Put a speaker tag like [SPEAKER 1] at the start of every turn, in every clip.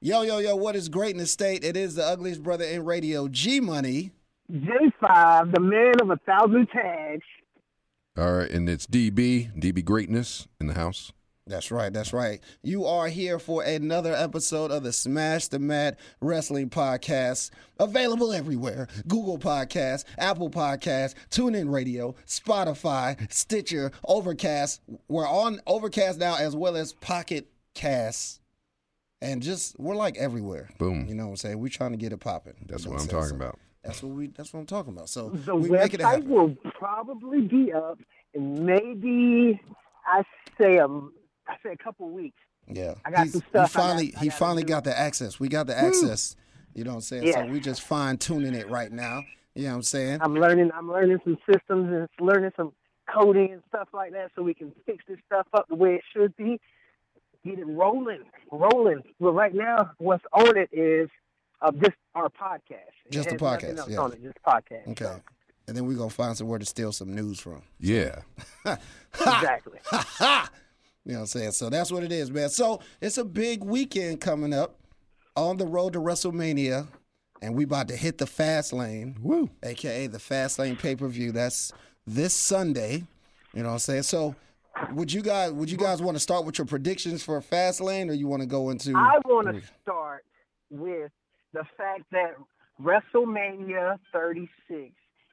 [SPEAKER 1] Yo, yo, yo, what is greatness state? It is the ugliest brother in radio, G Money.
[SPEAKER 2] J5, the man of a thousand tags.
[SPEAKER 3] All right, and it's DB, DB Greatness in the house.
[SPEAKER 1] That's right, that's right. You are here for another episode of the Smash the Mat Wrestling Podcast. Available everywhere Google Podcasts, Apple Podcasts, TuneIn Radio, Spotify, Stitcher, Overcast. We're on Overcast now as well as Pocket Casts. And just, we're like everywhere.
[SPEAKER 3] Boom.
[SPEAKER 1] You know what I'm saying? We're trying to get it popping.
[SPEAKER 3] That's
[SPEAKER 1] You know
[SPEAKER 3] what I'm
[SPEAKER 1] saying?
[SPEAKER 3] talking
[SPEAKER 1] So
[SPEAKER 3] about.
[SPEAKER 1] That's what we. That's what I'm talking about. So
[SPEAKER 2] The
[SPEAKER 1] we make it
[SPEAKER 2] website
[SPEAKER 1] happen.
[SPEAKER 2] will probably be up in maybe, I say, um, I say a couple weeks.
[SPEAKER 1] Yeah,
[SPEAKER 2] I got
[SPEAKER 1] He's-
[SPEAKER 2] some stuff
[SPEAKER 1] He
[SPEAKER 2] I got-
[SPEAKER 1] finally,
[SPEAKER 2] I
[SPEAKER 1] he
[SPEAKER 2] gotta
[SPEAKER 1] finally
[SPEAKER 2] do.
[SPEAKER 1] got the access. We got the access. You know what I'm saying? So
[SPEAKER 2] Yeah.
[SPEAKER 1] we just fine tuning it right now. You know what I'm saying?
[SPEAKER 2] I'm learning. I'm learning some systems and learning some coding and stuff like that, so we can fix this stuff up the way it should be. Get it rolling, rolling. But right now, what's on it is uh, just our podcast. It
[SPEAKER 1] Just the
[SPEAKER 2] has nothing
[SPEAKER 1] podcast,
[SPEAKER 2] else
[SPEAKER 1] yeah.
[SPEAKER 2] on it, just podcast.
[SPEAKER 1] Okay. And then we gonna find somewhere to steal some news from.
[SPEAKER 3] Yeah.
[SPEAKER 2] Exactly.
[SPEAKER 1] Ha ha! You know what I'm saying? So that's what it is, man. So it's a big weekend coming up on the road to WrestleMania, and we about to hit the fast lane.
[SPEAKER 3] Woo.
[SPEAKER 1] aka the Fast Lane pay per view. That's this Sunday. You know what I'm saying? So, would you guys would you guys want to start with your predictions for Fast Lane, or you want to go into?
[SPEAKER 2] I want
[SPEAKER 1] mm.
[SPEAKER 2] to start with the fact that WrestleMania 36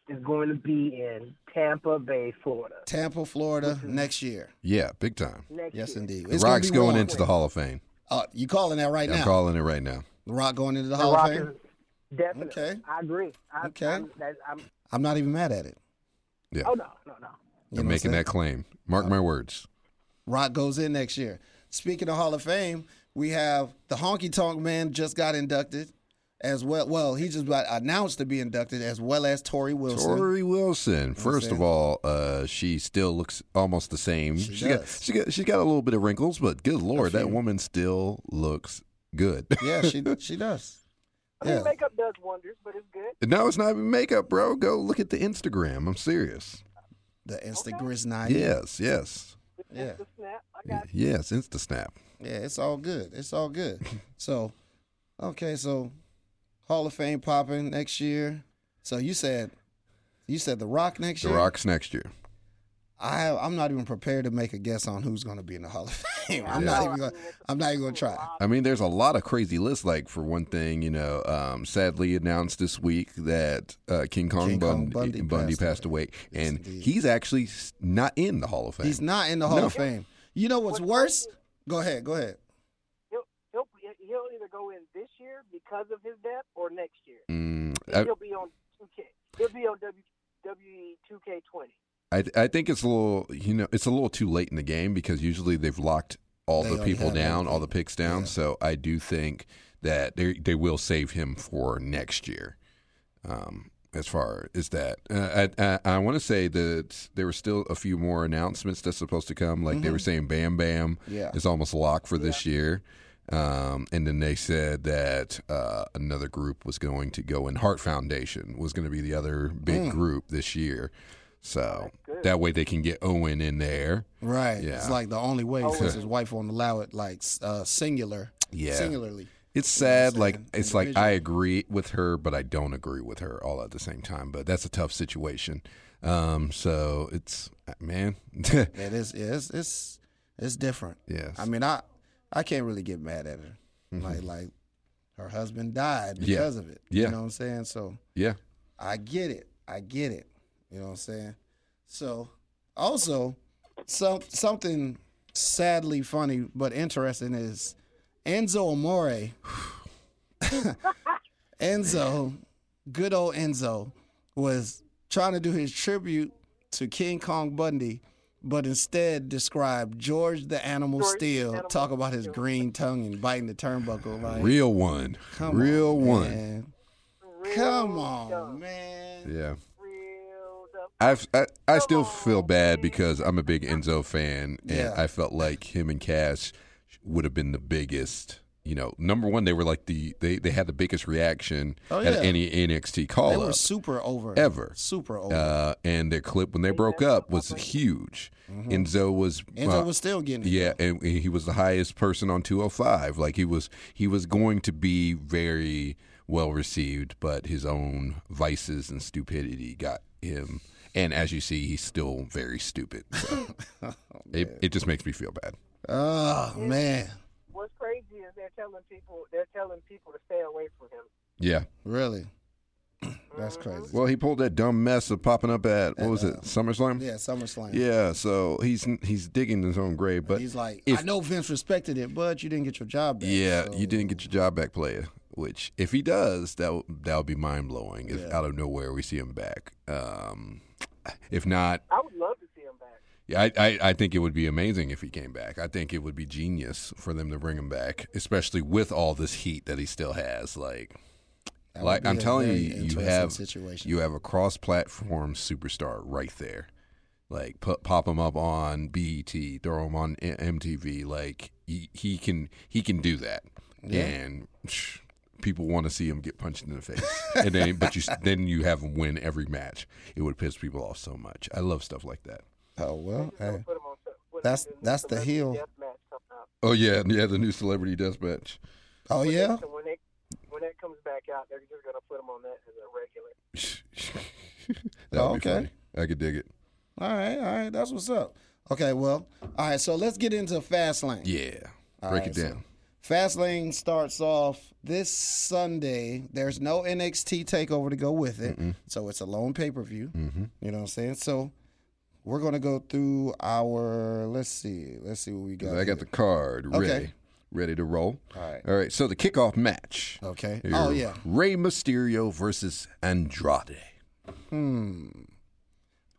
[SPEAKER 2] is going to be in Tampa Bay, Florida.
[SPEAKER 1] Tampa, Florida next year.
[SPEAKER 3] Yeah, big time.
[SPEAKER 2] Next
[SPEAKER 1] Yes,
[SPEAKER 2] year.
[SPEAKER 1] indeed.
[SPEAKER 3] The
[SPEAKER 1] gonna
[SPEAKER 3] Rock's
[SPEAKER 1] be
[SPEAKER 3] going
[SPEAKER 1] warm.
[SPEAKER 3] into the Hall of Fame.
[SPEAKER 1] Uh, you calling that right
[SPEAKER 3] I'm
[SPEAKER 1] now?
[SPEAKER 3] calling it right now.
[SPEAKER 1] the Rock going into the
[SPEAKER 2] The
[SPEAKER 1] Hall of
[SPEAKER 2] Rock
[SPEAKER 1] Fame.
[SPEAKER 2] is- Definitely.
[SPEAKER 1] Okay.
[SPEAKER 2] I agree. I,
[SPEAKER 1] Okay.
[SPEAKER 2] I'm, that, I'm,
[SPEAKER 1] I'm not even mad at it.
[SPEAKER 3] Yeah.
[SPEAKER 2] oh, no, no,
[SPEAKER 1] You
[SPEAKER 2] no.
[SPEAKER 3] I'm
[SPEAKER 1] know what
[SPEAKER 3] making
[SPEAKER 1] saying?
[SPEAKER 3] that claim. Mark my words.
[SPEAKER 1] Rock goes in next year. Speaking of Hall of Fame, we have the Honky Tonk Man just got inducted, as well. Well, he just got announced to be inducted, as well as Tori Wilson.
[SPEAKER 3] Tori Wilson. First of
[SPEAKER 1] saying?
[SPEAKER 3] all, uh, she still looks almost the same.
[SPEAKER 1] She
[SPEAKER 3] She got,
[SPEAKER 1] does.
[SPEAKER 3] she got she got a little bit of wrinkles, but good lord, that woman still looks good.
[SPEAKER 1] Yeah, she she does.
[SPEAKER 2] I
[SPEAKER 1] Yeah.
[SPEAKER 2] mean, makeup does wonders, but it's good.
[SPEAKER 3] no, it's not even makeup, bro. Go look at the Instagram. I'm serious.
[SPEAKER 1] The Instagrizz night.
[SPEAKER 3] Yes, yes,
[SPEAKER 2] It's
[SPEAKER 1] Yeah.
[SPEAKER 2] just a snap. I got you.
[SPEAKER 3] yes. Insta snap.
[SPEAKER 1] Yeah, it's all good. It's all good. So, okay, so Hall of Fame popping next year. So you said you said The Rock next
[SPEAKER 3] The
[SPEAKER 1] year.
[SPEAKER 3] Rock's next year.
[SPEAKER 1] I have, I'm not even prepared to make a guess on who's going to be in the Hall of Fame. I'm
[SPEAKER 3] Yeah.
[SPEAKER 1] not even going. I'm not even going to try.
[SPEAKER 3] I mean, there's a lot of crazy lists. Like for one thing, you know, um, sadly announced this week that uh, King Kong,
[SPEAKER 1] King Kong
[SPEAKER 3] Bundy,
[SPEAKER 1] Bundy
[SPEAKER 3] Bundy,
[SPEAKER 1] passed
[SPEAKER 3] passed, away, and
[SPEAKER 1] indeed.
[SPEAKER 3] he's actually s- not in the Hall of Fame.
[SPEAKER 1] He's not in the Hall
[SPEAKER 3] No.
[SPEAKER 1] of Fame. You know what's
[SPEAKER 2] What's
[SPEAKER 1] worse? Go ahead. Go ahead.
[SPEAKER 2] He'll, he'll, he'll either go in this year because of his death or next year.
[SPEAKER 3] Mm, I,
[SPEAKER 2] he'll be on 2K. He'll be on W E WWE 2K20.
[SPEAKER 3] I, I think it's a little, you know, it's a little too late in the game because usually they've locked all
[SPEAKER 1] They
[SPEAKER 3] the
[SPEAKER 1] already
[SPEAKER 3] people
[SPEAKER 1] have
[SPEAKER 3] down, all
[SPEAKER 1] everything.
[SPEAKER 3] the picks down.
[SPEAKER 1] Yeah.
[SPEAKER 3] So I do think that they they will save him for next year. Um, as far as that, uh, I I, I want to say that there were still a few more announcements that's supposed to come. Like
[SPEAKER 1] Mm-hmm.
[SPEAKER 3] they were saying, Bam Bam
[SPEAKER 1] Yeah.
[SPEAKER 3] is almost locked for this year. Um, and then they said that uh, another group was going to go in. Heart Foundation was going to be the other big
[SPEAKER 1] Mm.
[SPEAKER 3] group this year.
[SPEAKER 1] Oh,
[SPEAKER 3] So that way they can get Owen in there.
[SPEAKER 1] Right.
[SPEAKER 3] Yeah.
[SPEAKER 1] It's like the only way since his wife won't allow it. Like uh, singular.
[SPEAKER 3] Yeah.
[SPEAKER 1] Singularly.
[SPEAKER 3] It's
[SPEAKER 1] You know what I'm
[SPEAKER 3] sad. Like
[SPEAKER 1] saying?
[SPEAKER 3] it's like I agree with her, but I don't agree with her all at the same time. But that's a tough situation. Um, so it's man,
[SPEAKER 1] It is. yeah, It's it's it's different.
[SPEAKER 3] Yes. Mm-hmm.
[SPEAKER 1] I mean, I I can't really get mad at her. Like like her husband died because of it.
[SPEAKER 3] Yeah.
[SPEAKER 1] You know what I'm saying? So
[SPEAKER 3] yeah,
[SPEAKER 1] I get it. I get it. You know what I'm saying? So also some something sadly funny but interesting is Enzo Amore. Enzo, good old Enzo, was trying to do his tribute to King Kong Bundy, but instead described George the Animal
[SPEAKER 2] George the
[SPEAKER 1] Steel,
[SPEAKER 2] Animal
[SPEAKER 1] talk about his green tongue and biting the turnbuckle. Like,
[SPEAKER 3] real one,
[SPEAKER 1] come
[SPEAKER 3] real
[SPEAKER 1] on,
[SPEAKER 3] one.
[SPEAKER 1] man.
[SPEAKER 2] Real
[SPEAKER 1] Come on,
[SPEAKER 2] dumb.
[SPEAKER 1] man.
[SPEAKER 3] Yeah.
[SPEAKER 2] Real dumb.
[SPEAKER 3] I've, I I still
[SPEAKER 2] Come
[SPEAKER 3] feel
[SPEAKER 2] on,
[SPEAKER 3] bad
[SPEAKER 2] man.
[SPEAKER 3] because I'm a big Enzo fan, and
[SPEAKER 1] Yeah.
[SPEAKER 3] I felt like him and Cash would have been the biggest, you know, number one, they were like the they, they had the biggest reaction
[SPEAKER 1] Oh,
[SPEAKER 3] at
[SPEAKER 1] yeah.
[SPEAKER 3] any NXT
[SPEAKER 1] They
[SPEAKER 3] call
[SPEAKER 1] were
[SPEAKER 3] up
[SPEAKER 1] super over.
[SPEAKER 3] ever.
[SPEAKER 1] Super over.
[SPEAKER 3] Uh, and their clip when they broke up was huge. Enzo was
[SPEAKER 1] Mm-hmm. Hmm. Enzo
[SPEAKER 3] uh,
[SPEAKER 1] was still getting it.
[SPEAKER 3] yeah, and and he was the highest person on 205. Like he was he was going to be very well received, but his own vices and stupidity got him. And as you see, he's still very stupid. So it it just makes me feel bad.
[SPEAKER 1] Oh man,
[SPEAKER 2] What's crazy is they're telling people they're telling people to stay away from him. Mm-hmm.
[SPEAKER 3] Yeah.
[SPEAKER 1] really? That's crazy.
[SPEAKER 3] Well, he pulled that dumb mess of popping up at what was it SummerSlam?
[SPEAKER 1] Uh, Yeah, SummerSlam.
[SPEAKER 3] Yeah, so he's he's digging his own grave, but
[SPEAKER 1] he's like,
[SPEAKER 3] if-
[SPEAKER 1] I know Vince respected it, but you didn't get your job back.
[SPEAKER 3] yeah,
[SPEAKER 1] so-
[SPEAKER 3] you didn't get your job back, player. Which, if he does, that w- that would be mind blowing. If
[SPEAKER 1] Yeah.
[SPEAKER 3] out of nowhere we see him back, um, if not,
[SPEAKER 2] I would love to see him back.
[SPEAKER 3] yeah, I, I I think it would be amazing if he came back. I think it would be genius for them to bring him back, especially with all this heat that he still has. Like,
[SPEAKER 1] That would
[SPEAKER 3] like
[SPEAKER 1] be
[SPEAKER 3] I'm
[SPEAKER 1] a
[SPEAKER 3] telling
[SPEAKER 1] very
[SPEAKER 3] you, you
[SPEAKER 1] interesting
[SPEAKER 3] have
[SPEAKER 1] situation.
[SPEAKER 3] you have a cross platform superstar right there. Like put, pop him up on BET, throw him on M- MTV. Like he, he can he can do that, and psh, people want to see him get punched in the face. and then but you s- then you have him win every match. It would piss people off so much. I love stuff like that.
[SPEAKER 1] oh well,
[SPEAKER 2] Just gonna
[SPEAKER 1] hey.
[SPEAKER 2] put him on some- put
[SPEAKER 1] That's-
[SPEAKER 2] him in
[SPEAKER 1] that's the
[SPEAKER 2] celebrity
[SPEAKER 1] heel.
[SPEAKER 2] death match sometime.
[SPEAKER 3] Oh yeah, yeah, the new celebrity death match.
[SPEAKER 1] oh
[SPEAKER 2] But
[SPEAKER 1] yeah.
[SPEAKER 2] listen, when they when that comes back out, they're just gonna put him on that as a regular.
[SPEAKER 3] that would be
[SPEAKER 1] Oh, Okay.
[SPEAKER 3] funny. I could dig it.
[SPEAKER 1] All right, all right, that's what's up. Okay, well, all right. So let's get into Fastlane.
[SPEAKER 3] Yeah,
[SPEAKER 1] All
[SPEAKER 3] break
[SPEAKER 1] right,
[SPEAKER 3] it
[SPEAKER 1] so-
[SPEAKER 3] down.
[SPEAKER 1] Fastlane starts off this Sunday. There's no NXT takeover to go with it, so it's a lone pay per view.
[SPEAKER 3] Mm-hmm.
[SPEAKER 1] You know what I'm saying? So we're gonna go through our. Let's see. Let's see what we got.
[SPEAKER 3] I got the card
[SPEAKER 1] Okay.
[SPEAKER 3] ready, ready to roll.
[SPEAKER 1] All right.
[SPEAKER 3] All right. So the kickoff match.
[SPEAKER 1] Okay.
[SPEAKER 3] Here,
[SPEAKER 1] Oh yeah.
[SPEAKER 3] Rey Mysterio versus Andrade. Hmm.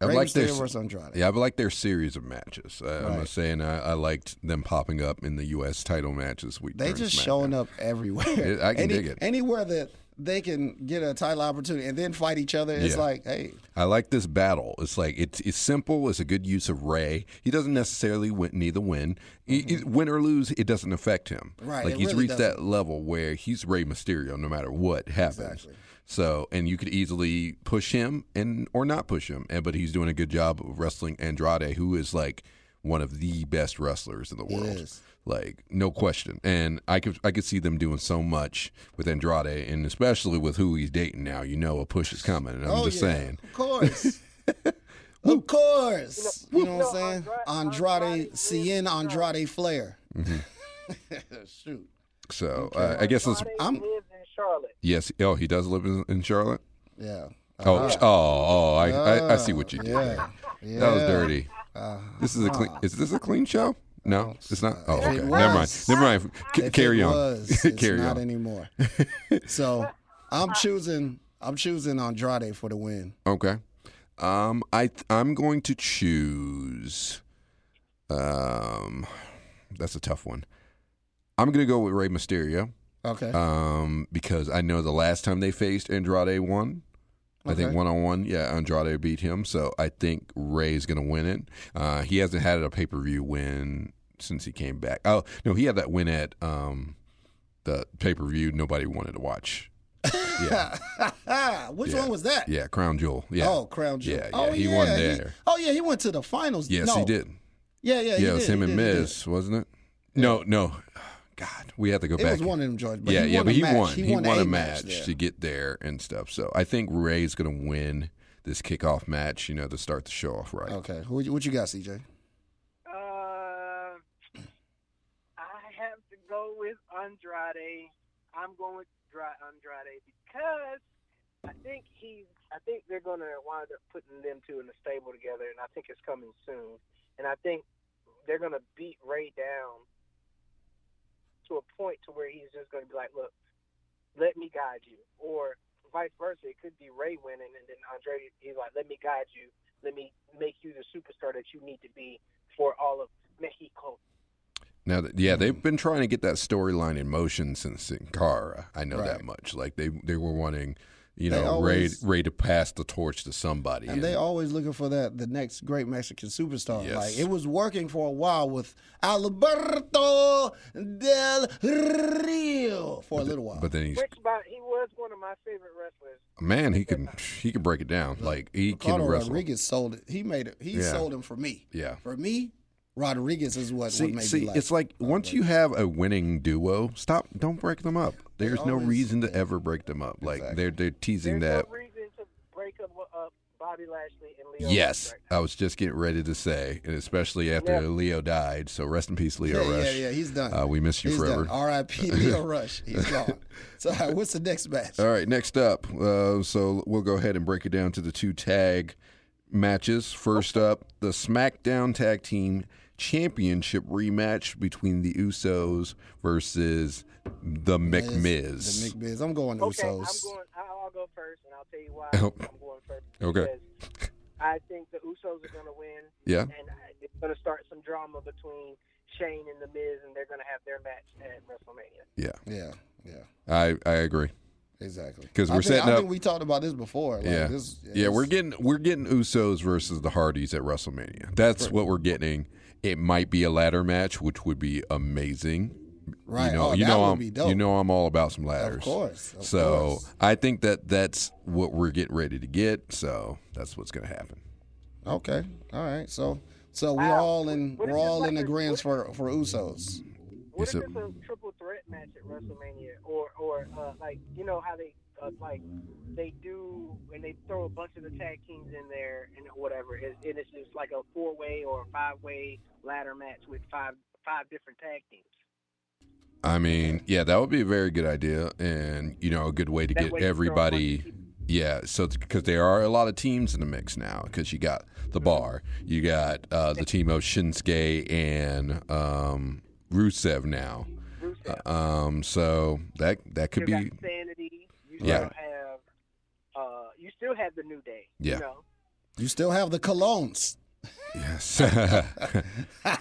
[SPEAKER 3] I
[SPEAKER 1] Rey
[SPEAKER 3] like their
[SPEAKER 1] Mysterio versus Andrade.
[SPEAKER 3] yeah, I like their series of matches. I, I'm
[SPEAKER 1] Right.
[SPEAKER 3] not saying I, I liked them popping up in the U.S. title matches week.
[SPEAKER 1] They
[SPEAKER 3] during
[SPEAKER 1] just
[SPEAKER 3] SmackDown.
[SPEAKER 1] showing up everywhere.
[SPEAKER 3] It- I can dig it.
[SPEAKER 1] Anywhere that they can get a title opportunity and then fight each other, it's
[SPEAKER 3] Yeah.
[SPEAKER 1] like, hey,
[SPEAKER 3] I like this battle. It's like it's it's simple. It's a good use of Ray. He doesn't necessarily win, need the win. He- he- win or lose, it doesn't affect him.
[SPEAKER 1] Mm-hmm. Right,
[SPEAKER 3] Like
[SPEAKER 1] it
[SPEAKER 3] he's
[SPEAKER 1] really
[SPEAKER 3] reached that level where he's Ray Mysterio, no matter what happens.
[SPEAKER 1] Exactly.
[SPEAKER 3] So, and you could easily push him and or not push him. And but he's doing a good job of wrestling Andrade, who is like one of the best wrestlers in the world.
[SPEAKER 1] is.
[SPEAKER 3] Like no question. And I could I could see them doing so much with Andrade, and especially with who he's dating now. You know, a push is coming. And I'm
[SPEAKER 1] oh
[SPEAKER 3] just
[SPEAKER 1] yeah,
[SPEAKER 3] saying.
[SPEAKER 1] of course. Of course, you know,
[SPEAKER 2] You know,
[SPEAKER 1] what I'm saying. Andrade,
[SPEAKER 2] Andrade- Andrade
[SPEAKER 1] CN Andrade Flair.
[SPEAKER 3] Mm-hmm.
[SPEAKER 1] Shoot,
[SPEAKER 3] So uh, I guess it's
[SPEAKER 2] Friday
[SPEAKER 1] I'm-
[SPEAKER 2] lives in Charlotte.
[SPEAKER 3] yes. Oh, he does live in, in Charlotte.
[SPEAKER 1] yeah, Uh,
[SPEAKER 3] Oh, ch- oh, oh! I, I, I see what you did.
[SPEAKER 1] Uh-huh. yeah, yeah. Uh-huh.
[SPEAKER 3] there. That was dirty. This is a clean. Is this a clean show? No, it's not. Oh,
[SPEAKER 1] If
[SPEAKER 3] okay.
[SPEAKER 1] it
[SPEAKER 3] Never mind.
[SPEAKER 1] was-
[SPEAKER 3] Never mind. C-
[SPEAKER 1] If
[SPEAKER 3] carry
[SPEAKER 1] it
[SPEAKER 3] on.
[SPEAKER 1] was, it's
[SPEAKER 3] carry
[SPEAKER 1] not
[SPEAKER 3] on.
[SPEAKER 1] anymore. so, I'm choosing. I'm choosing Andrade for the win.
[SPEAKER 3] okay. Um, I th- I'm going to choose. Um, that's a tough one. I'm gonna go with Rey Mysterio.
[SPEAKER 1] Okay.
[SPEAKER 3] Um, because I know the last time they faced Andrade won. I think
[SPEAKER 1] Okay.
[SPEAKER 3] one on one, yeah, Andrade beat him. So I think Ray's gonna win it. Uh, he hasn't had a pay per view win since he came back. Oh no, he had that win at um, the pay per view nobody wanted to watch. Yeah,
[SPEAKER 1] Which
[SPEAKER 3] Uh, yeah.
[SPEAKER 1] one was that?
[SPEAKER 3] yeah, Crown Jewel. Yeah,
[SPEAKER 1] Oh, Crown Jewel.
[SPEAKER 3] Yeah, yeah,
[SPEAKER 1] Oh,
[SPEAKER 3] he won
[SPEAKER 1] he-
[SPEAKER 3] there.
[SPEAKER 1] oh yeah, he went to the finals.
[SPEAKER 3] yes,
[SPEAKER 1] no.
[SPEAKER 3] he did.
[SPEAKER 1] Yeah, yeah, he
[SPEAKER 3] Yeah, it was
[SPEAKER 1] did,
[SPEAKER 3] him
[SPEAKER 1] he
[SPEAKER 3] and
[SPEAKER 1] did, he did.
[SPEAKER 3] Miz, wasn't it? No, no. God, we have to go
[SPEAKER 1] It
[SPEAKER 3] back.
[SPEAKER 1] was one of them, George. But
[SPEAKER 3] yeah,
[SPEAKER 1] he
[SPEAKER 3] yeah,
[SPEAKER 1] won
[SPEAKER 3] but
[SPEAKER 1] a
[SPEAKER 3] he
[SPEAKER 1] match.
[SPEAKER 3] won. He won, a match,
[SPEAKER 1] match there.
[SPEAKER 3] to get there and stuff. So I think Ray's gonna win this kickoff match. You know, to start the show off right.
[SPEAKER 1] Okay, Who, you- what you got, CJ?
[SPEAKER 2] Uh, I have to go with Andrade. I'm going with Dra- Andrade because I think he's. I think they're going to wind up putting them two in the stable together, and I think it's coming soon. And I think they're going to beat Ray down to a point to where he's just going to be like, "Look, let me guide you," or vice versa. It could be Ray winning, and then Andrade he's like, "Let me guide you. Let me make you the superstar that you need to be." for all of Mexico.
[SPEAKER 3] Now, that,
[SPEAKER 1] Mm-hmm.
[SPEAKER 3] yeah, they've been trying to get that storyline in motion since Sin Cara. I know
[SPEAKER 1] Right.
[SPEAKER 3] that much. Like they they were wanting, you
[SPEAKER 1] They
[SPEAKER 3] know,
[SPEAKER 1] always-
[SPEAKER 3] ready, ready to pass the torch to somebody.
[SPEAKER 1] And they always looking for that the next great Mexican superstar.
[SPEAKER 3] Yes.
[SPEAKER 1] Like it was working for a while with Alberto del Rio for a little while.
[SPEAKER 3] but then he's
[SPEAKER 2] Which, by, he was one of my favorite wrestlers.
[SPEAKER 3] man, he can he can break it down. Like he
[SPEAKER 1] Ricardo
[SPEAKER 3] can wrestle.
[SPEAKER 1] Rodriguez sold it. He made it. He
[SPEAKER 3] Yeah.
[SPEAKER 1] sold him for me.
[SPEAKER 3] Yeah.
[SPEAKER 1] For me, Rodriguez is what what
[SPEAKER 3] See,
[SPEAKER 1] made
[SPEAKER 3] see
[SPEAKER 1] me like.
[SPEAKER 3] it's like once you have a winning duo, stop. Don't break them up. There's no
[SPEAKER 1] always-
[SPEAKER 3] reason to ever break them up. Like they're they're teasing
[SPEAKER 2] There's
[SPEAKER 3] that.
[SPEAKER 2] no reason to break up uh, Bobby Lashley and Leo.
[SPEAKER 3] Yes,
[SPEAKER 2] Rush right
[SPEAKER 3] I was just getting ready to say, and especially after
[SPEAKER 2] Yeah.
[SPEAKER 3] Leo died. So rest in peace, Leo
[SPEAKER 1] yeah,
[SPEAKER 3] Rush.
[SPEAKER 1] yeah, yeah. He's done.
[SPEAKER 3] Uh, we miss you
[SPEAKER 1] He's
[SPEAKER 3] forever.
[SPEAKER 1] done. R.I.P. Leo Rush. He's gone. So all right, what's the next match?
[SPEAKER 3] All right, next up. Uh, so we'll go ahead and break it down to the two tag matches. First up, the SmackDown Tag Team Championship rematch between the Usos versus
[SPEAKER 1] The
[SPEAKER 3] the McMiz.
[SPEAKER 1] McMiz. I'm going
[SPEAKER 2] now.
[SPEAKER 1] Usos.
[SPEAKER 2] Okay, I'm going. I'll I'll go first, and I'll tell you why
[SPEAKER 3] Oh.
[SPEAKER 2] I'm going first.
[SPEAKER 3] Okay.
[SPEAKER 2] because I think the Usos are going to win,
[SPEAKER 3] Yeah.
[SPEAKER 2] and I- it's going to start some drama between Shane and the Miz, and they're going to have their match at WrestleMania.
[SPEAKER 1] Yeah, yeah,
[SPEAKER 3] I, I agree.
[SPEAKER 1] exactly.
[SPEAKER 3] 'Cause
[SPEAKER 1] I
[SPEAKER 3] we're
[SPEAKER 1] think-
[SPEAKER 3] setting
[SPEAKER 1] I
[SPEAKER 3] up-
[SPEAKER 1] think we talked about this before. Like,
[SPEAKER 3] Yeah.
[SPEAKER 1] This,
[SPEAKER 3] Yeah,
[SPEAKER 1] this-
[SPEAKER 3] we're getting we're getting Usos versus the Hardys at WrestleMania. That's what we're getting. It might be a ladder match, which would be amazing.
[SPEAKER 1] right.
[SPEAKER 3] You know,
[SPEAKER 1] oh,
[SPEAKER 3] you
[SPEAKER 1] that
[SPEAKER 3] know
[SPEAKER 1] would
[SPEAKER 3] I'm
[SPEAKER 1] be dope.
[SPEAKER 3] you know I'm all about some ladders.
[SPEAKER 1] of course. of
[SPEAKER 3] So
[SPEAKER 1] course.
[SPEAKER 3] I think that that's what we're getting ready to get. So that's what's going to happen.
[SPEAKER 1] okay, all right. So so we're
[SPEAKER 2] Wow.
[SPEAKER 1] all in
[SPEAKER 2] What
[SPEAKER 1] we're
[SPEAKER 2] is it
[SPEAKER 1] all in
[SPEAKER 2] like-
[SPEAKER 1] agreement for for Usos.
[SPEAKER 2] What
[SPEAKER 3] It's
[SPEAKER 2] if
[SPEAKER 3] a-
[SPEAKER 2] it's a triple threat match at WrestleMania, or or uh, like you know how they uh, like they do and they throw a bunch of the tag teams in there and whatever, it, and it's just like a four way or a five way ladder match with five five different tag teams.
[SPEAKER 3] I mean, yeah, that would be a very good idea, and you know, a good way to
[SPEAKER 2] That
[SPEAKER 3] get
[SPEAKER 2] way you throw a bunch of
[SPEAKER 3] everybody.
[SPEAKER 2] people.
[SPEAKER 3] Yeah, so because there are a lot of teams in the mix now, because you got
[SPEAKER 2] Mm-hmm.
[SPEAKER 3] the bar, you got uh, the team of Shinsuke and um, Rusev now.
[SPEAKER 2] Rusev,
[SPEAKER 3] Um, so that that could
[SPEAKER 2] you got
[SPEAKER 3] be
[SPEAKER 2] Sanity. You still
[SPEAKER 3] Yeah.
[SPEAKER 2] have uh, you still have the New Day.
[SPEAKER 3] Yeah.
[SPEAKER 2] You know?
[SPEAKER 1] You still have the colognes.
[SPEAKER 3] yes, yeah,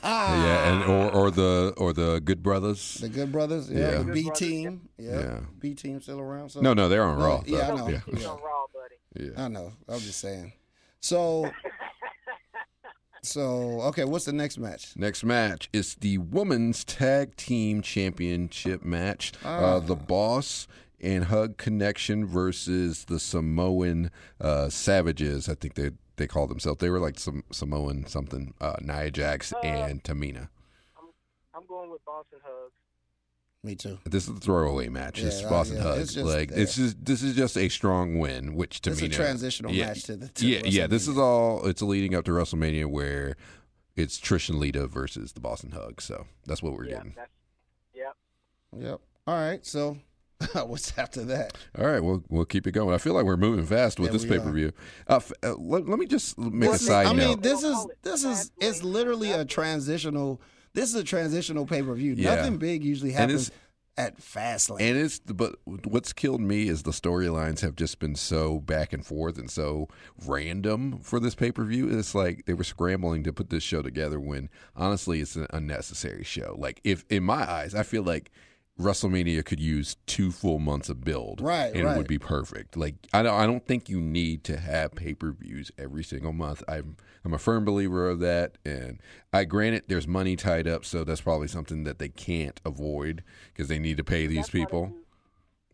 [SPEAKER 3] and or, or the or the Good Brothers.
[SPEAKER 1] The Good Brothers, yeah,
[SPEAKER 3] Yeah.
[SPEAKER 1] the
[SPEAKER 2] Good
[SPEAKER 1] B
[SPEAKER 2] Brothers,
[SPEAKER 1] team, yeah.
[SPEAKER 3] Yeah.
[SPEAKER 1] B team still around. So
[SPEAKER 3] No, no, they're on
[SPEAKER 1] No,
[SPEAKER 3] Raw.
[SPEAKER 1] Oh, yeah, Uh, I
[SPEAKER 3] though.
[SPEAKER 1] know.
[SPEAKER 3] yeah,
[SPEAKER 2] He's on Raw, buddy.
[SPEAKER 3] yeah.
[SPEAKER 1] I know. I'm just saying. So, so okay. What's the next match?
[SPEAKER 3] Next match is the women's tag team championship match.
[SPEAKER 1] Ah.
[SPEAKER 3] Uh, the Boss and Hug Connection versus the Samoan uh, Savages. I think they they call themselves. They were like some Samoan something. Uh, Nia Jax and Tamina.
[SPEAKER 2] I'm going with Boston Hugs.
[SPEAKER 1] Me too.
[SPEAKER 3] This is a throwaway match. it's
[SPEAKER 1] Yeah, uh,
[SPEAKER 3] Boss and
[SPEAKER 1] yeah,
[SPEAKER 3] Hug.
[SPEAKER 1] it's just
[SPEAKER 3] like
[SPEAKER 1] there.
[SPEAKER 3] it's just this is just a strong win, which Tamina.
[SPEAKER 1] It's a transitional
[SPEAKER 3] yeah,
[SPEAKER 1] match to the. To
[SPEAKER 3] Yeah, yeah. This
[SPEAKER 1] WrestleMania.
[SPEAKER 3] is all. It's leading up to WrestleMania where. It's Trish and Lita versus the Boston Hug, so that's what we're
[SPEAKER 2] yeah,
[SPEAKER 3] getting.
[SPEAKER 2] that's yep.
[SPEAKER 1] Yep. All right. So, what's after that?
[SPEAKER 3] All right, we'll we'll keep it going. I feel like we're moving fast with
[SPEAKER 1] Yeah,
[SPEAKER 3] this
[SPEAKER 1] we are.
[SPEAKER 3] pay per view. Uh, f- uh, let, let me just make
[SPEAKER 1] Well,
[SPEAKER 3] a
[SPEAKER 1] see,
[SPEAKER 3] side
[SPEAKER 1] I
[SPEAKER 3] note.
[SPEAKER 1] mean, this is this is
[SPEAKER 2] Fast lane.
[SPEAKER 1] it's literally a transitional. This is a transitional pay per view.
[SPEAKER 3] Yeah.
[SPEAKER 1] Nothing big usually
[SPEAKER 3] And
[SPEAKER 1] happens at Fastlane.
[SPEAKER 3] and it's but what's killed me is the storylines have just been so back and forth and so random for this pay per view. It's like they were scrambling to put this show together when honestly it's an unnecessary show. Like if in my eyes, I feel like WrestleMania could use two full months of build,
[SPEAKER 1] Right,
[SPEAKER 3] and it
[SPEAKER 1] right.
[SPEAKER 3] would be perfect. Like I don't, I don't think you need to have pay per views every single month. I'm, I'm a firm believer of that, and I granted there's money tied up, so that's probably something that they can't avoid because they need to pay these
[SPEAKER 2] That's why they
[SPEAKER 3] people.
[SPEAKER 2] do-